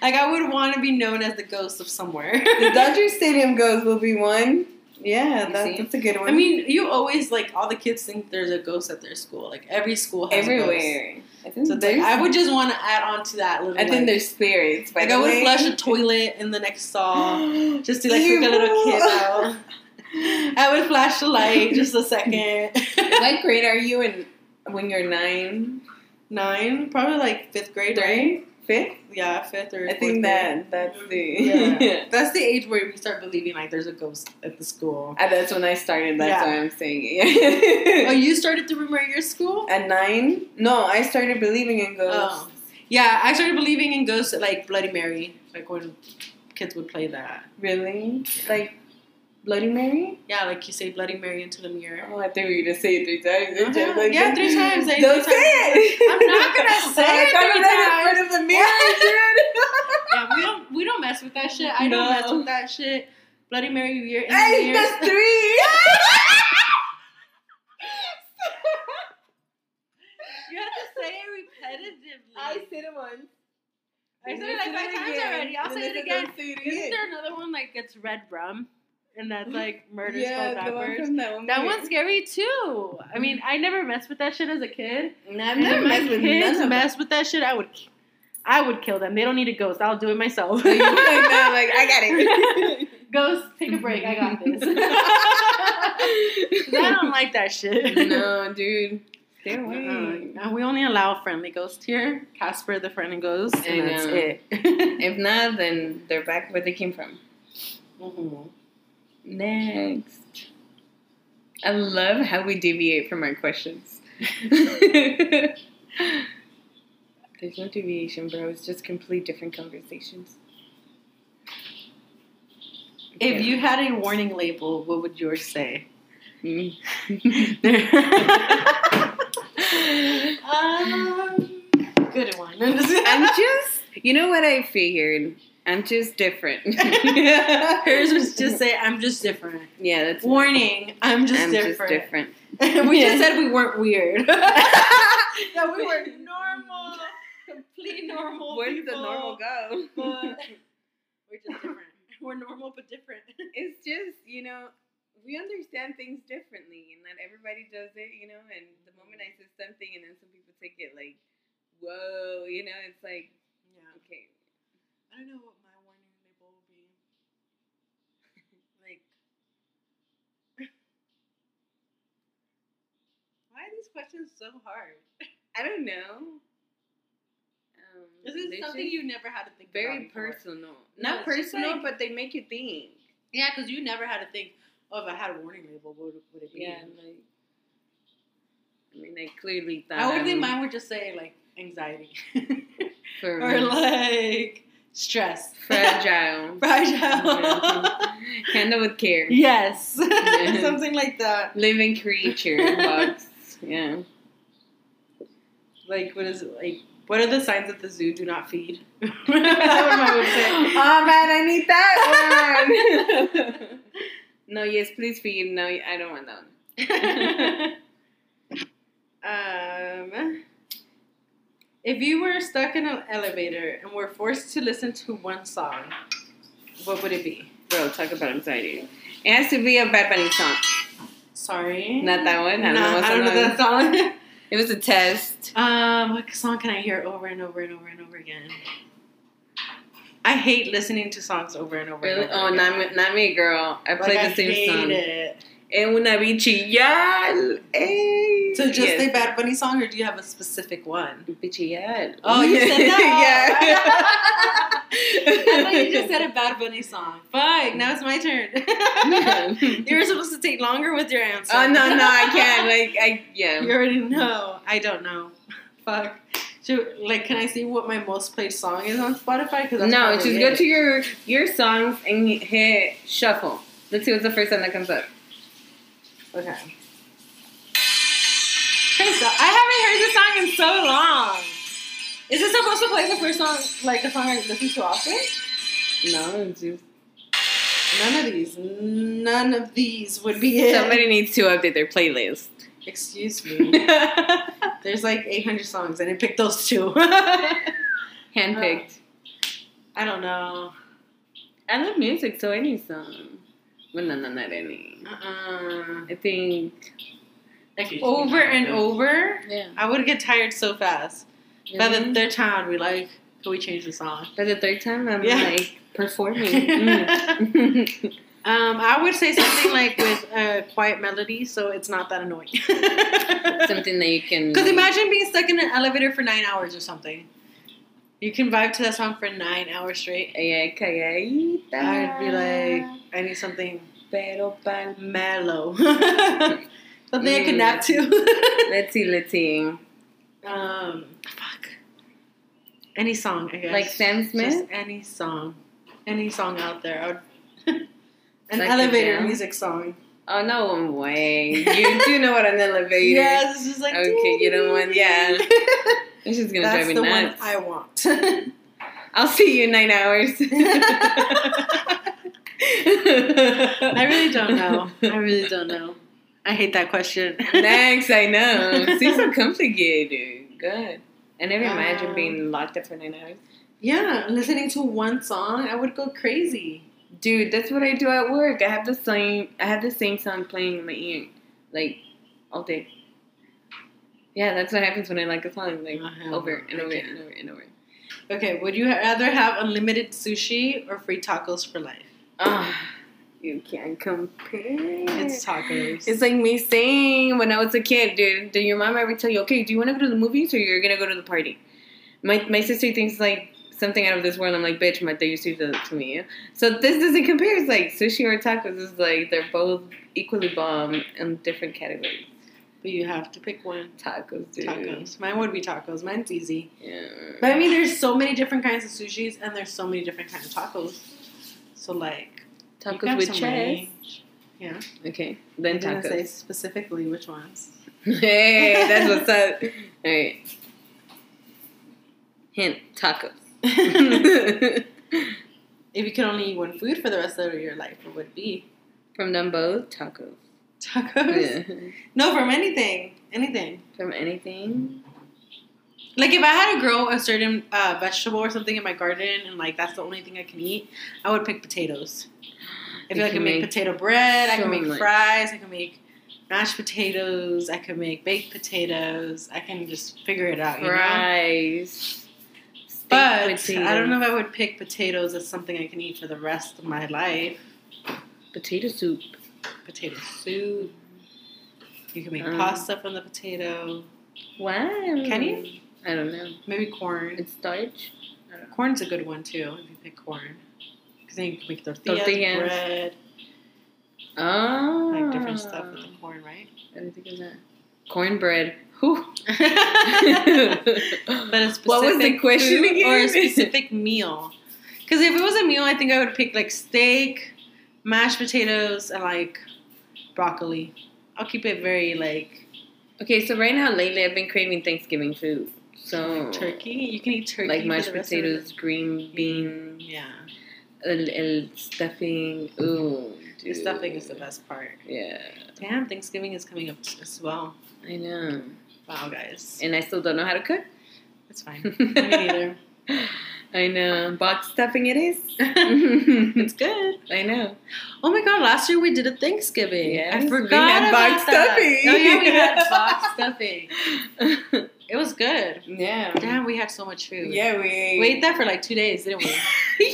[SPEAKER 2] like I would want to be known as the ghost of somewhere.
[SPEAKER 1] The Dodger Stadium ghost will be one. Yeah,
[SPEAKER 2] You
[SPEAKER 1] that,
[SPEAKER 2] see?
[SPEAKER 1] that's a good one.
[SPEAKER 2] <laughs> I mean, you always like all the kids think there's a ghost at their school. Like every school has A ghost.
[SPEAKER 1] everywhere. I think
[SPEAKER 2] So they,
[SPEAKER 1] there's-
[SPEAKER 2] I would just want to add on to that little.
[SPEAKER 1] I
[SPEAKER 2] like-
[SPEAKER 1] think there's spirits. By
[SPEAKER 2] like
[SPEAKER 1] the
[SPEAKER 2] I would
[SPEAKER 1] way.
[SPEAKER 2] flush a toilet in the next <gasps> stall just to like freak a little
[SPEAKER 1] Ew.
[SPEAKER 2] kid <laughs> out. I would flash the light just a second.
[SPEAKER 1] <gasps> what grade are you in when you're nine?
[SPEAKER 2] <laughs> Nine, probably like fifth grade, right?
[SPEAKER 1] Right? Fifth?
[SPEAKER 2] Yeah, fifth or
[SPEAKER 1] I
[SPEAKER 2] fourth
[SPEAKER 1] think
[SPEAKER 2] grade.
[SPEAKER 1] that that's the
[SPEAKER 2] Yeah.
[SPEAKER 1] <laughs>
[SPEAKER 2] That's the age where we start believing like there's a ghost at the <laughs> school.
[SPEAKER 1] And Ah, that's when I started. That's
[SPEAKER 2] Yeah.
[SPEAKER 1] why I'm saying it. <laughs>
[SPEAKER 2] Oh, you started the rumor at your school?
[SPEAKER 1] At nine? No, I started believing in ghosts.
[SPEAKER 2] Oh. Yeah, I started believing in ghosts at like Bloody Mary, like when kids would play that.
[SPEAKER 1] Really? Like Bloody Mary?
[SPEAKER 2] Yeah, like you say Bloody Mary into the mirror.
[SPEAKER 1] Oh, I think we were gonna say it three times.
[SPEAKER 2] Uh-huh.
[SPEAKER 1] Just like
[SPEAKER 2] Yeah,
[SPEAKER 1] that.
[SPEAKER 2] three times. Say it
[SPEAKER 1] Don't
[SPEAKER 2] three
[SPEAKER 1] say it.
[SPEAKER 2] I'm not
[SPEAKER 1] <laughs>
[SPEAKER 2] gonna say
[SPEAKER 1] I
[SPEAKER 2] it
[SPEAKER 1] got
[SPEAKER 2] three
[SPEAKER 1] right in front of the
[SPEAKER 2] <laughs>
[SPEAKER 1] mirror,
[SPEAKER 2] yeah, we don't we don't mess with that shit. I
[SPEAKER 1] No.
[SPEAKER 2] don't mess with that shit. Bloody Mary, you're in
[SPEAKER 1] dude. hey,
[SPEAKER 2] the mirror.
[SPEAKER 1] that's
[SPEAKER 2] <laughs>
[SPEAKER 1] three.
[SPEAKER 2] You have to say it repetitively.
[SPEAKER 1] I said it once.
[SPEAKER 2] I said it like five times already. I'll say it again. Isn't there another one like it's red rum, and <gasps> that's like murder
[SPEAKER 1] yeah,
[SPEAKER 2] spelled
[SPEAKER 1] the one
[SPEAKER 2] backwards?
[SPEAKER 1] from that one.
[SPEAKER 2] that
[SPEAKER 1] movie.
[SPEAKER 2] one's scary too. I mean, I never messed with that shit as a kid.
[SPEAKER 1] No, I've
[SPEAKER 2] And if
[SPEAKER 1] never
[SPEAKER 2] my
[SPEAKER 1] messed with
[SPEAKER 2] kids
[SPEAKER 1] none of them.
[SPEAKER 2] mess with that shit, I would, I would kill them. They don't need a ghost. I'll do it myself.
[SPEAKER 1] like, that, like, I got it.
[SPEAKER 2] <laughs> ghost, take a break.
[SPEAKER 1] <laughs>
[SPEAKER 2] I <laughs> got this. 'Cause I
[SPEAKER 1] no,
[SPEAKER 2] don't like that shit. <laughs>
[SPEAKER 1] dude. Stay away.
[SPEAKER 2] Uh-uh. We only allow friendly ghosts here. Casper, the friendly ghost,
[SPEAKER 1] I
[SPEAKER 2] and that's
[SPEAKER 1] know. <laughs>
[SPEAKER 2] it. <laughs>
[SPEAKER 1] If not, then they're back where they came from.
[SPEAKER 2] Mhm.
[SPEAKER 1] Next. I love how we deviate from our
[SPEAKER 2] <laughs>
[SPEAKER 1] questions. There's no deviation, bro. It's just complete different conversations.
[SPEAKER 2] If you had a warning label, what would yours say?
[SPEAKER 1] you. Mm.
[SPEAKER 2] <laughs>
[SPEAKER 1] <laughs>
[SPEAKER 2] um, good <laughs> one.
[SPEAKER 1] I'm just, you know what I figured? I'm just different. <laughs>
[SPEAKER 2] Hers was just say, I'm just different.
[SPEAKER 1] yeah, that's
[SPEAKER 2] Warning, I'm just
[SPEAKER 1] I'm just
[SPEAKER 2] different.
[SPEAKER 1] different.
[SPEAKER 2] <laughs> we
[SPEAKER 1] Yeah.
[SPEAKER 2] just said we weren't <laughs> weird. that
[SPEAKER 1] we were
[SPEAKER 2] normal, complete normal
[SPEAKER 1] Where did the normal go?
[SPEAKER 2] But we're just different. We're normal but different.
[SPEAKER 1] <laughs>
[SPEAKER 2] <laughs>
[SPEAKER 1] it's just you know we understand things differently and not everybody does it you know and the moment i said something and then some people take it like whoa you know it's like
[SPEAKER 2] yeah.
[SPEAKER 1] okay
[SPEAKER 2] I don't know what my warning label will be. like, why are these questions so hard?
[SPEAKER 1] i don't know um,
[SPEAKER 2] This is
[SPEAKER 1] they're
[SPEAKER 2] something
[SPEAKER 1] just
[SPEAKER 2] you never had to think
[SPEAKER 1] very
[SPEAKER 2] about before.
[SPEAKER 1] personal
[SPEAKER 2] No,
[SPEAKER 1] not
[SPEAKER 2] it's just
[SPEAKER 1] personal
[SPEAKER 2] like-
[SPEAKER 1] but they make you think
[SPEAKER 2] Yeah, because you never had to think. Oh, if I had a warning label, what would- would it be?
[SPEAKER 1] yeah like i mean i clearly thought
[SPEAKER 2] I would think
[SPEAKER 1] was-
[SPEAKER 2] mine would just say like anxiety <laughs>
[SPEAKER 1] for
[SPEAKER 2] or like stress, <laughs>
[SPEAKER 1] fragile
[SPEAKER 2] fragile.
[SPEAKER 1] handle with care
[SPEAKER 2] yes, <laughs>
[SPEAKER 1] Yeah.
[SPEAKER 2] something like that.
[SPEAKER 1] living
[SPEAKER 2] <laughs>
[SPEAKER 1] creature box yeah
[SPEAKER 2] Like what is it like? What are the signs that the zoo do not feed? <laughs> That's what mine would say.
[SPEAKER 1] <laughs> oh man, I need that
[SPEAKER 2] <laughs>
[SPEAKER 1] one. no, yes, please feed. No, I don't want that one.
[SPEAKER 2] <laughs> um, if you were stuck in an elevator and were forced to listen to one song, what would it be?
[SPEAKER 1] Bro, talk about anxiety. It has to be a Bad Bunny song.
[SPEAKER 2] Sorry,
[SPEAKER 1] Not that one. I don't
[SPEAKER 2] Nah,
[SPEAKER 1] know what song that
[SPEAKER 2] that <laughs> song.
[SPEAKER 1] It was a test.
[SPEAKER 2] um, what song can I hear over and over and over and over again? I hate listening to songs over and over.
[SPEAKER 1] Really?
[SPEAKER 2] And over
[SPEAKER 1] Oh,
[SPEAKER 2] again.
[SPEAKER 1] not me, not me, girl. I
[SPEAKER 2] Like,
[SPEAKER 1] played
[SPEAKER 2] I
[SPEAKER 1] the same
[SPEAKER 2] hate
[SPEAKER 1] song.
[SPEAKER 2] it.
[SPEAKER 1] Eh, una bichillar. Eh.
[SPEAKER 2] So just
[SPEAKER 1] yes.
[SPEAKER 2] a Bad Bunny song, or do you have a
[SPEAKER 1] <laughs>
[SPEAKER 2] specific one?
[SPEAKER 1] bichillar.
[SPEAKER 2] Oh,
[SPEAKER 1] <laughs>
[SPEAKER 2] you said that.
[SPEAKER 1] yeah.
[SPEAKER 2] <laughs> I thought you
[SPEAKER 1] <laughs>
[SPEAKER 2] just said a Bad Bunny song. Fuck, now it's
[SPEAKER 1] <laughs>
[SPEAKER 2] my turn. you were supposed to take longer with your answer.
[SPEAKER 1] Oh no, no, I
[SPEAKER 2] <laughs>
[SPEAKER 1] can't. Like I yeah.
[SPEAKER 2] you already know. I don't know. Fuck. Should, like, can I see what my most played song is on Spotify? Because
[SPEAKER 1] No, just go to your your songs and you hit shuffle. Let's see what's the first one that comes up.
[SPEAKER 2] Okay. Praise God. I haven't heard this song in so long. Is this supposed to play the first song, like the song I listen to often?
[SPEAKER 1] No, it's just
[SPEAKER 2] None of these, none of these would be it.
[SPEAKER 1] somebody needs to update their playlist.
[SPEAKER 2] Excuse <laughs> me. There's like 800 songs, and I picked those two. <laughs>
[SPEAKER 1] Handpicked.
[SPEAKER 2] Oh. I don't know.
[SPEAKER 1] I love music, so any song. Well, no, no, not any.
[SPEAKER 2] Uh-uh.
[SPEAKER 1] I think
[SPEAKER 2] Like over and over, Mm-hmm.
[SPEAKER 1] yeah.
[SPEAKER 2] I would get tired so fast. By the
[SPEAKER 1] By
[SPEAKER 2] third time, I'd be like, "Can we change the song?"
[SPEAKER 1] the, by the third time, I'm
[SPEAKER 2] Yeah.
[SPEAKER 1] like performing.
[SPEAKER 2] <laughs> Mm-hmm.
[SPEAKER 1] Mm. <laughs>
[SPEAKER 2] Um, I would say something like with a quiet melody, so it's not that annoying. <laughs>
[SPEAKER 1] Something that you can.
[SPEAKER 2] Because imagine being stuck in an elevator for nine hours or something. You can vibe to that song for nine hours straight.
[SPEAKER 1] Ella calladita.
[SPEAKER 2] I'd be like, I need something
[SPEAKER 1] pero pal.
[SPEAKER 2] mellow. <laughs> Something I could nap to. <laughs>
[SPEAKER 1] Let's see, let's see.
[SPEAKER 2] um, fuck. Any song, I guess.
[SPEAKER 1] Like Sam Smith.
[SPEAKER 2] Just any song. Any song out there. I would... <laughs> An
[SPEAKER 1] Like the
[SPEAKER 2] elevator
[SPEAKER 1] jam?
[SPEAKER 2] music song.
[SPEAKER 1] Oh no way! You do know what an elevator.
[SPEAKER 2] Yeah, this is like.
[SPEAKER 1] Okay, you don't want-
[SPEAKER 2] <laughs>
[SPEAKER 1] yeah. It's just gonna
[SPEAKER 2] That's
[SPEAKER 1] drive me
[SPEAKER 2] the
[SPEAKER 1] nuts.
[SPEAKER 2] one
[SPEAKER 1] <laughs>
[SPEAKER 2] I want.
[SPEAKER 1] I'll see you in nine
[SPEAKER 2] <laughs>
[SPEAKER 1] hours. <laughs>
[SPEAKER 2] I
[SPEAKER 1] I
[SPEAKER 2] really don't know. I really don't know. I hate that question.
[SPEAKER 1] Next, I know. It's so complicated. Good. I never imagined
[SPEAKER 2] Um,
[SPEAKER 1] being locked up for nine hours.
[SPEAKER 2] <laughs> yeah, listening to one song, I would go crazy.
[SPEAKER 1] Dude, that's what I do at work. I have the same. I have the same song playing in my ear, like all day. Yeah, that's what happens when I like a song, like
[SPEAKER 2] Uh-huh.
[SPEAKER 1] over and
[SPEAKER 2] I
[SPEAKER 1] over
[SPEAKER 2] can't.
[SPEAKER 1] and over and over.
[SPEAKER 2] Okay, would you rather have unlimited sushi or free tacos for life?
[SPEAKER 1] Ah, you can't compare.
[SPEAKER 2] It's tacos.
[SPEAKER 1] It's like me saying when I was a kid, dude, did your mom ever tell you, okay, do you want to go to the movies or you're going to go to the party? My, my sister thinks like something out of this world. I'm like, bitch, my, they used to do that to me. So this doesn't compare. It's like sushi or tacos is like they're both equally bomb in different categories.
[SPEAKER 2] but you have to pick one.
[SPEAKER 1] Tacos, dude.
[SPEAKER 2] Tacos. Mine would be tacos. Mine's easy.
[SPEAKER 1] Yeah.
[SPEAKER 2] But I mean, there's so many different kinds of sushis, and there's so many different kinds of tacos. So like you
[SPEAKER 1] tacos
[SPEAKER 2] have
[SPEAKER 1] with
[SPEAKER 2] some
[SPEAKER 1] cheese.
[SPEAKER 2] range. Yeah.
[SPEAKER 1] Okay, then
[SPEAKER 2] I didn't say
[SPEAKER 1] tacos.
[SPEAKER 2] specifically which ones.
[SPEAKER 1] <laughs> hey, that's what's up.
[SPEAKER 2] <laughs>
[SPEAKER 1] All right. Hint:
[SPEAKER 2] <laughs>
[SPEAKER 1] tacos. <laughs>
[SPEAKER 2] if you could only eat one food for the rest of your life, what would it be?
[SPEAKER 1] From them both, tacos.
[SPEAKER 2] Tacos?
[SPEAKER 1] <laughs> Yeah.
[SPEAKER 2] No, from anything. Anything.
[SPEAKER 1] From anything.
[SPEAKER 2] Like if I had to grow a certain uh, vegetable or something in my garden, and like that's the only thing I can eat, I would pick potatoes. I
[SPEAKER 1] You
[SPEAKER 2] feel like
[SPEAKER 1] can
[SPEAKER 2] I can make,
[SPEAKER 1] make
[SPEAKER 2] potato bread. I
[SPEAKER 1] so
[SPEAKER 2] can make
[SPEAKER 1] much.
[SPEAKER 2] fries. I can make mashed potatoes. I can make baked potatoes. I can just figure it out. Uh, You know?
[SPEAKER 1] Fries. steak
[SPEAKER 2] But
[SPEAKER 1] potato.
[SPEAKER 2] I don't know if I would pick potatoes as something I can eat for the rest of my life.
[SPEAKER 1] Potato soup.
[SPEAKER 2] Potato soup. You can make
[SPEAKER 1] Um,
[SPEAKER 2] pasta from the potato.
[SPEAKER 1] Wow.
[SPEAKER 2] Can you?
[SPEAKER 1] I don't know.
[SPEAKER 2] Maybe corn.
[SPEAKER 1] It's starch.
[SPEAKER 2] Corn's a good one too. If you pick corn, because then you can make tortillas,
[SPEAKER 1] Tortillas.
[SPEAKER 2] bread,
[SPEAKER 1] Oh.
[SPEAKER 2] like different stuff with the corn, right?
[SPEAKER 1] I didn't think of that.
[SPEAKER 2] <laughs>
[SPEAKER 1] Cornbread. Whew.
[SPEAKER 2] but a
[SPEAKER 1] <laughs>
[SPEAKER 2] specific
[SPEAKER 1] What was the question
[SPEAKER 2] food or a
[SPEAKER 1] again? <laughs>
[SPEAKER 2] specific meal. Because if it was a meal, I think I would pick like steak, mashed potatoes, and like broccoli. I'll keep it very like
[SPEAKER 1] Okay, so right now lately I've been craving Thanksgiving food. So
[SPEAKER 2] turkey. You can eat turkey,
[SPEAKER 1] Oh. like
[SPEAKER 2] for
[SPEAKER 1] mashed
[SPEAKER 2] the rest of the-
[SPEAKER 1] potatoes, green bean,
[SPEAKER 2] Yeah,
[SPEAKER 1] el, el stuffing. Ooh,
[SPEAKER 2] the
[SPEAKER 1] dude.
[SPEAKER 2] stuffing is the best part.
[SPEAKER 1] Yeah,
[SPEAKER 2] Damn, Thanksgiving is coming up as well.
[SPEAKER 1] I know,
[SPEAKER 2] Wow, guys,
[SPEAKER 1] and I still don't know how to cook.
[SPEAKER 2] that's fine. Me
[SPEAKER 1] <laughs>
[SPEAKER 2] neither.
[SPEAKER 1] I know box stuffing it <laughs> is.
[SPEAKER 2] It's good.
[SPEAKER 1] I know. <laughs>
[SPEAKER 2] Oh my god! Last year we did a Thanksgiving.
[SPEAKER 1] Yes,
[SPEAKER 2] I
[SPEAKER 1] we
[SPEAKER 2] forgot
[SPEAKER 1] had
[SPEAKER 2] about
[SPEAKER 1] box
[SPEAKER 2] that.
[SPEAKER 1] stuffing.
[SPEAKER 2] Oh yeah, we had box stuffing. It was good.
[SPEAKER 1] yeah.
[SPEAKER 2] Damn, we had so much food.
[SPEAKER 1] Yeah, we ate.
[SPEAKER 2] we ate that for like two days, didn't we?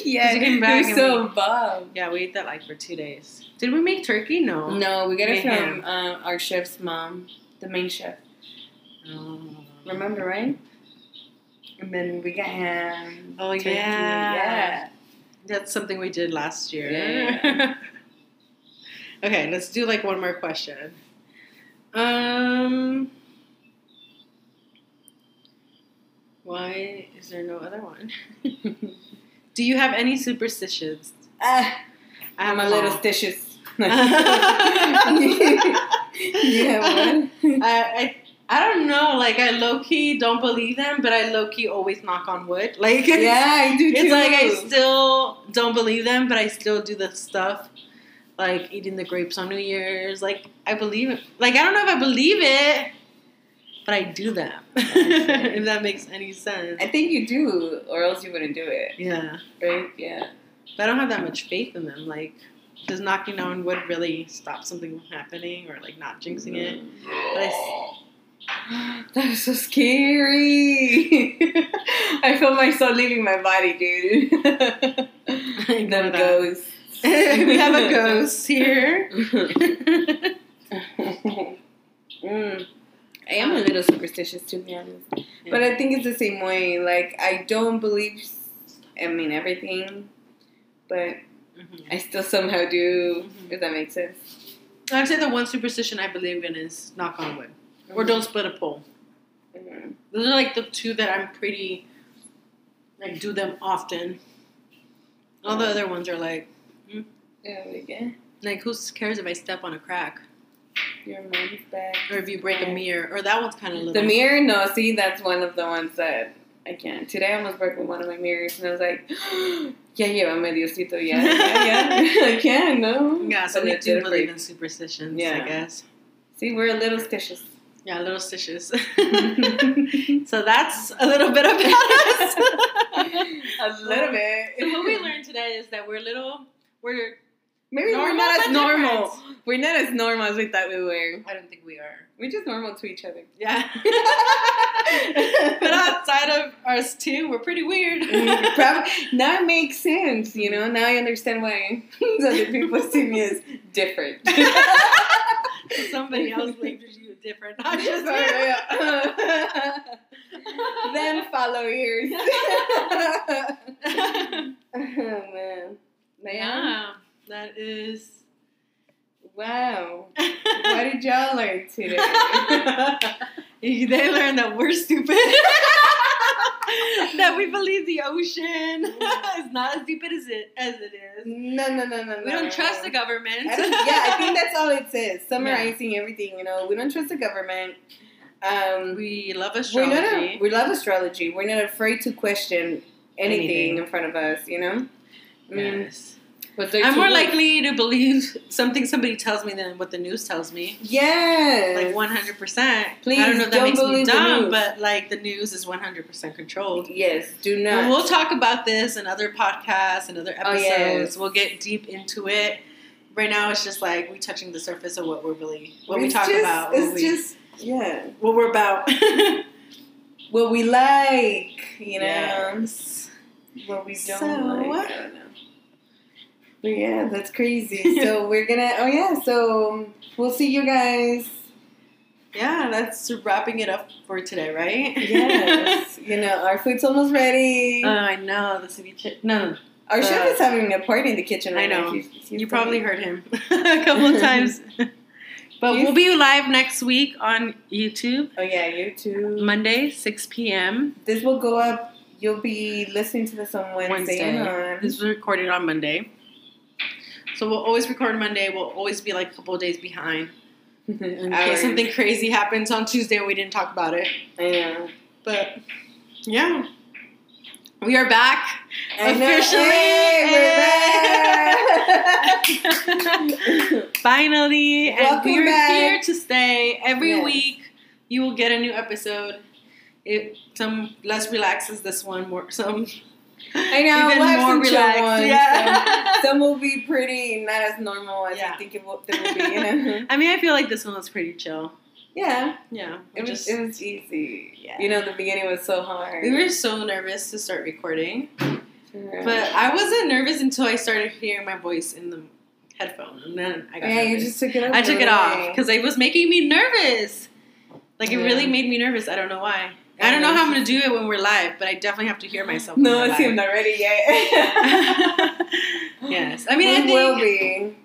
[SPEAKER 1] <laughs> yeah,
[SPEAKER 2] we came back
[SPEAKER 1] we're
[SPEAKER 2] and
[SPEAKER 1] so
[SPEAKER 2] we-
[SPEAKER 1] bummed.
[SPEAKER 2] yeah, we ate that like for two days. Did we make turkey? No.
[SPEAKER 1] No, we got it
[SPEAKER 2] Mayhem.
[SPEAKER 1] from uh, our chef's mom, the main chef.
[SPEAKER 2] Oh.
[SPEAKER 1] Remember, right? And then we got ham.
[SPEAKER 2] Oh,
[SPEAKER 1] turkey,
[SPEAKER 2] yeah.
[SPEAKER 1] yeah.
[SPEAKER 2] That's something we did last year.
[SPEAKER 1] Yeah.
[SPEAKER 2] <laughs> okay, let's do like one more question. Um. Why is there no other one? Do you have any superstitions?
[SPEAKER 1] Ah, <laughs>
[SPEAKER 2] I
[SPEAKER 1] I'm
[SPEAKER 2] have
[SPEAKER 1] a
[SPEAKER 2] them
[SPEAKER 1] little <laughs>
[SPEAKER 2] <laughs> all.
[SPEAKER 1] stitches.
[SPEAKER 2] I,
[SPEAKER 1] yeah, <laughs> what?
[SPEAKER 2] I I don't know. Like I low key don't believe them, but I low key always knock on wood. Like <laughs> it's,
[SPEAKER 1] yeah, I do too.
[SPEAKER 2] it's like I still don't believe them, but I still do the stuff like eating the grapes on New Year's. Like I believe it. Like I don't know if I believe it, but I do them. <laughs> if that makes any sense.
[SPEAKER 1] I think you do, or else you wouldn't do it,
[SPEAKER 2] Yeah,
[SPEAKER 1] right? Yeah. <gasps>
[SPEAKER 2] but I don't have that much faith in them. Like. Does knocking on wood really stop something from happening or like not jinxing it? But I s- <laughs>
[SPEAKER 1] That was so scary. <laughs> I felt my soul leaving my body, dude. <laughs>
[SPEAKER 2] Ignore
[SPEAKER 1] Them
[SPEAKER 2] that.
[SPEAKER 1] ghosts.
[SPEAKER 2] <laughs> we
[SPEAKER 1] <laughs>
[SPEAKER 2] have a ghost here. <laughs>
[SPEAKER 1] Mm. I am a little superstitious, to be honest. But I think it's the same way. Like, I don't believe, s- I mean, everything, but
[SPEAKER 2] Mm-hmm.
[SPEAKER 1] I still somehow do, if that makes sense.
[SPEAKER 2] I'd say the one superstition I believe in is knock on wood or don't split a pole.
[SPEAKER 1] Mhm.
[SPEAKER 2] Those are like the two that I'm pretty like do them often. All the other ones are like
[SPEAKER 1] Yeah, we get
[SPEAKER 2] like who cares if I step on a crack
[SPEAKER 1] your mom's back.
[SPEAKER 2] or if you break a mirror or that one's kind of
[SPEAKER 1] The mirror, no, see, that's one of the ones that I can't. Today I almost broke one of my mirrors, and I was like, <gasps> yeah, yeah, I'm a Diosito, yeah, yeah,
[SPEAKER 2] <laughs>
[SPEAKER 1] yeah. <laughs> I can, no.
[SPEAKER 2] Yeah, so
[SPEAKER 1] But
[SPEAKER 2] we
[SPEAKER 1] it
[SPEAKER 2] do
[SPEAKER 1] did break.
[SPEAKER 2] believe in superstitions, I
[SPEAKER 1] Yeah.
[SPEAKER 2] guess.
[SPEAKER 1] See, we're a little
[SPEAKER 2] <laughs>
[SPEAKER 1] stitious.
[SPEAKER 2] Yeah,
[SPEAKER 1] <laughs>
[SPEAKER 2] little stitches. <laughs> so that's a little bit about us.
[SPEAKER 1] <laughs> a
[SPEAKER 2] <laughs>
[SPEAKER 1] little bit.
[SPEAKER 2] So what we learned today is that we're little. We're.
[SPEAKER 1] Maybe
[SPEAKER 2] Normal,
[SPEAKER 1] we're not
[SPEAKER 2] but
[SPEAKER 1] as normal. We're not as normal as we thought we were.
[SPEAKER 2] I don't think we are.
[SPEAKER 1] We're just normal to each other. uh,
[SPEAKER 2] Yeah. <laughs> but <laughs> outside of us two, we're
[SPEAKER 1] <laughs>
[SPEAKER 2] pretty weird.
[SPEAKER 1] Prob- now it makes sense, you know. Now I understand why <laughs> other people see me as
[SPEAKER 2] <laughs>
[SPEAKER 1] different.
[SPEAKER 2] Somebody else labeled you
[SPEAKER 1] <laughs>
[SPEAKER 2] different, not just you.
[SPEAKER 1] then follow
[SPEAKER 2] <laughs>
[SPEAKER 1] <laughs> yours. oh man. Man.
[SPEAKER 2] yeah, that is.
[SPEAKER 1] Wow. What did y'all learn
[SPEAKER 2] <laughs>
[SPEAKER 1] today?
[SPEAKER 2] they learned that we're stupid. <laughs> that we believe the ocean <laughs> is not as stupid as it as it is.
[SPEAKER 1] no, no, no, no,
[SPEAKER 2] We don't trust the government.
[SPEAKER 1] I don't, yeah, I think that's all it
[SPEAKER 2] <laughs>
[SPEAKER 1] says. Summarizing everything, you know, we don't trust the government. Um,
[SPEAKER 2] <laughs> we love
[SPEAKER 1] we're
[SPEAKER 2] astrology.
[SPEAKER 1] not a, we love astrology. We're not afraid to question anything,
[SPEAKER 2] Anything.
[SPEAKER 1] in front of us, you know. Mm,
[SPEAKER 2] Yes.
[SPEAKER 1] But they're
[SPEAKER 2] I'm
[SPEAKER 1] too
[SPEAKER 2] more
[SPEAKER 1] weak.
[SPEAKER 2] likely to believe something somebody tells me than what the news tells me.
[SPEAKER 1] yes,
[SPEAKER 2] Like 100%.
[SPEAKER 1] Please
[SPEAKER 2] I don't know if that
[SPEAKER 1] don't
[SPEAKER 2] makes me
[SPEAKER 1] believe the
[SPEAKER 2] dumb,
[SPEAKER 1] news.
[SPEAKER 2] but like the news is 100% controlled.
[SPEAKER 1] yes, do not.
[SPEAKER 2] And we'll talk about this in other podcasts and other
[SPEAKER 1] Oh,
[SPEAKER 2] episodes.
[SPEAKER 1] yeah.
[SPEAKER 2] We'll get deep into it. Right now, it's just like we touching the surface of what we're really, what we
[SPEAKER 1] It's
[SPEAKER 2] talk
[SPEAKER 1] just-
[SPEAKER 2] about, what,
[SPEAKER 1] It's
[SPEAKER 2] we,
[SPEAKER 1] just yeah,
[SPEAKER 2] what we're about. <laughs>
[SPEAKER 1] what we like, you know,
[SPEAKER 2] Yes.
[SPEAKER 1] what we don't
[SPEAKER 2] So-
[SPEAKER 1] like. I don't know. But yeah, that's
[SPEAKER 2] <laughs>
[SPEAKER 1] crazy. so we're gonna. Oh yeah, so we'll see you guys.
[SPEAKER 2] Yeah, that's wrapping it up for today, right?
[SPEAKER 1] Yes, <laughs> you know our food's almost ready.
[SPEAKER 2] <laughs> Oh, I know the ceviche. No,
[SPEAKER 1] our chef
[SPEAKER 2] uh,
[SPEAKER 1] is having a party in the kitchen.
[SPEAKER 2] I
[SPEAKER 1] Right
[SPEAKER 2] know.
[SPEAKER 1] Now. He's- he's
[SPEAKER 2] you probably
[SPEAKER 1] doing-
[SPEAKER 2] heard him <laughs> a couple
[SPEAKER 1] <laughs>
[SPEAKER 2] of times. But
[SPEAKER 1] You-
[SPEAKER 2] we'll be live next week on YouTube,
[SPEAKER 1] Oh yeah, you too.
[SPEAKER 2] Monday, 6 p.m.
[SPEAKER 1] This will go up. You'll be listening to this on Wednesday.
[SPEAKER 2] Wednesday.
[SPEAKER 1] on- <laughs>
[SPEAKER 2] This was recorded on Monday. So we'll always record Monday. We'll always be like a couple of days behind in
[SPEAKER 1] Hours.
[SPEAKER 2] case something crazy happens on Tuesday and we didn't talk about it.
[SPEAKER 1] I know.
[SPEAKER 2] But yeah, we are back
[SPEAKER 1] I know.
[SPEAKER 2] officially.
[SPEAKER 1] Hey, we're
[SPEAKER 2] <laughs>
[SPEAKER 1] back.
[SPEAKER 2] Finally, and
[SPEAKER 1] Welcome
[SPEAKER 2] we're
[SPEAKER 1] back.
[SPEAKER 2] here to stay. Every
[SPEAKER 1] Yes.
[SPEAKER 2] week, you will get a new episode. It some less relaxed as this one, more some
[SPEAKER 1] I know.
[SPEAKER 2] even
[SPEAKER 1] we'll have some
[SPEAKER 2] more
[SPEAKER 1] chill
[SPEAKER 2] relaxed.
[SPEAKER 1] ones,
[SPEAKER 2] yeah. <laughs>
[SPEAKER 1] Some, <laughs> some will be pretty, not as normal as
[SPEAKER 2] Yeah.
[SPEAKER 1] I think it will, they will be. You
[SPEAKER 2] <laughs>
[SPEAKER 1] know?
[SPEAKER 2] I mean, I feel like this one was pretty chill.
[SPEAKER 1] yeah,
[SPEAKER 2] Yeah, we
[SPEAKER 1] it was
[SPEAKER 2] just
[SPEAKER 1] it was easy.
[SPEAKER 2] Yeah.
[SPEAKER 1] You know, the beginning was so hard.
[SPEAKER 2] we were so nervous to start recording,
[SPEAKER 1] Yeah.
[SPEAKER 2] but I wasn't nervous until I started hearing my voice in the headphone, and then I got
[SPEAKER 1] yeah, you
[SPEAKER 2] nervous.
[SPEAKER 1] just took it. Over,
[SPEAKER 2] I took it off
[SPEAKER 1] right?
[SPEAKER 2] because it was making me nervous. Like it
[SPEAKER 1] Yeah.
[SPEAKER 2] really made me nervous. I don't know why. I don't know how I'm gonna do it when we're live, but I definitely have to hear myself. when
[SPEAKER 1] No,
[SPEAKER 2] we're
[SPEAKER 1] it's him not
[SPEAKER 2] live.
[SPEAKER 1] ready
[SPEAKER 2] <laughs>
[SPEAKER 1] yet.
[SPEAKER 2] yes, I mean, I
[SPEAKER 1] we
[SPEAKER 2] think
[SPEAKER 1] will be.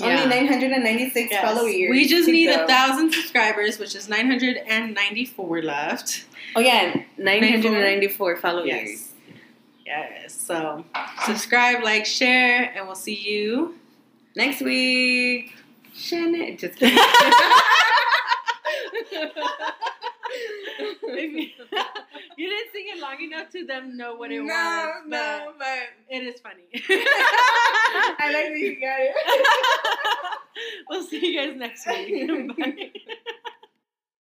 [SPEAKER 2] Yeah.
[SPEAKER 1] Only 996
[SPEAKER 2] yes.
[SPEAKER 1] followers.
[SPEAKER 2] we just
[SPEAKER 1] to
[SPEAKER 2] need
[SPEAKER 1] go.
[SPEAKER 2] a thousand subscribers, which is 994 left.
[SPEAKER 1] Oh, yeah. 994 followers.
[SPEAKER 2] Yes. Yes. So subscribe, like, share, and we'll
[SPEAKER 1] <laughs>
[SPEAKER 2] see you. <laughs>
[SPEAKER 1] Next week, Shannon. Just
[SPEAKER 2] <laughs>
[SPEAKER 1] kidding. <laughs>
[SPEAKER 2] If you, <laughs> you didn't sing it long enough to them know what it
[SPEAKER 1] no,
[SPEAKER 2] was. but
[SPEAKER 1] no, but <laughs>
[SPEAKER 2] It is funny. <laughs>
[SPEAKER 1] I like that you got it.
[SPEAKER 2] <laughs> we'll see you guys next week. Bye.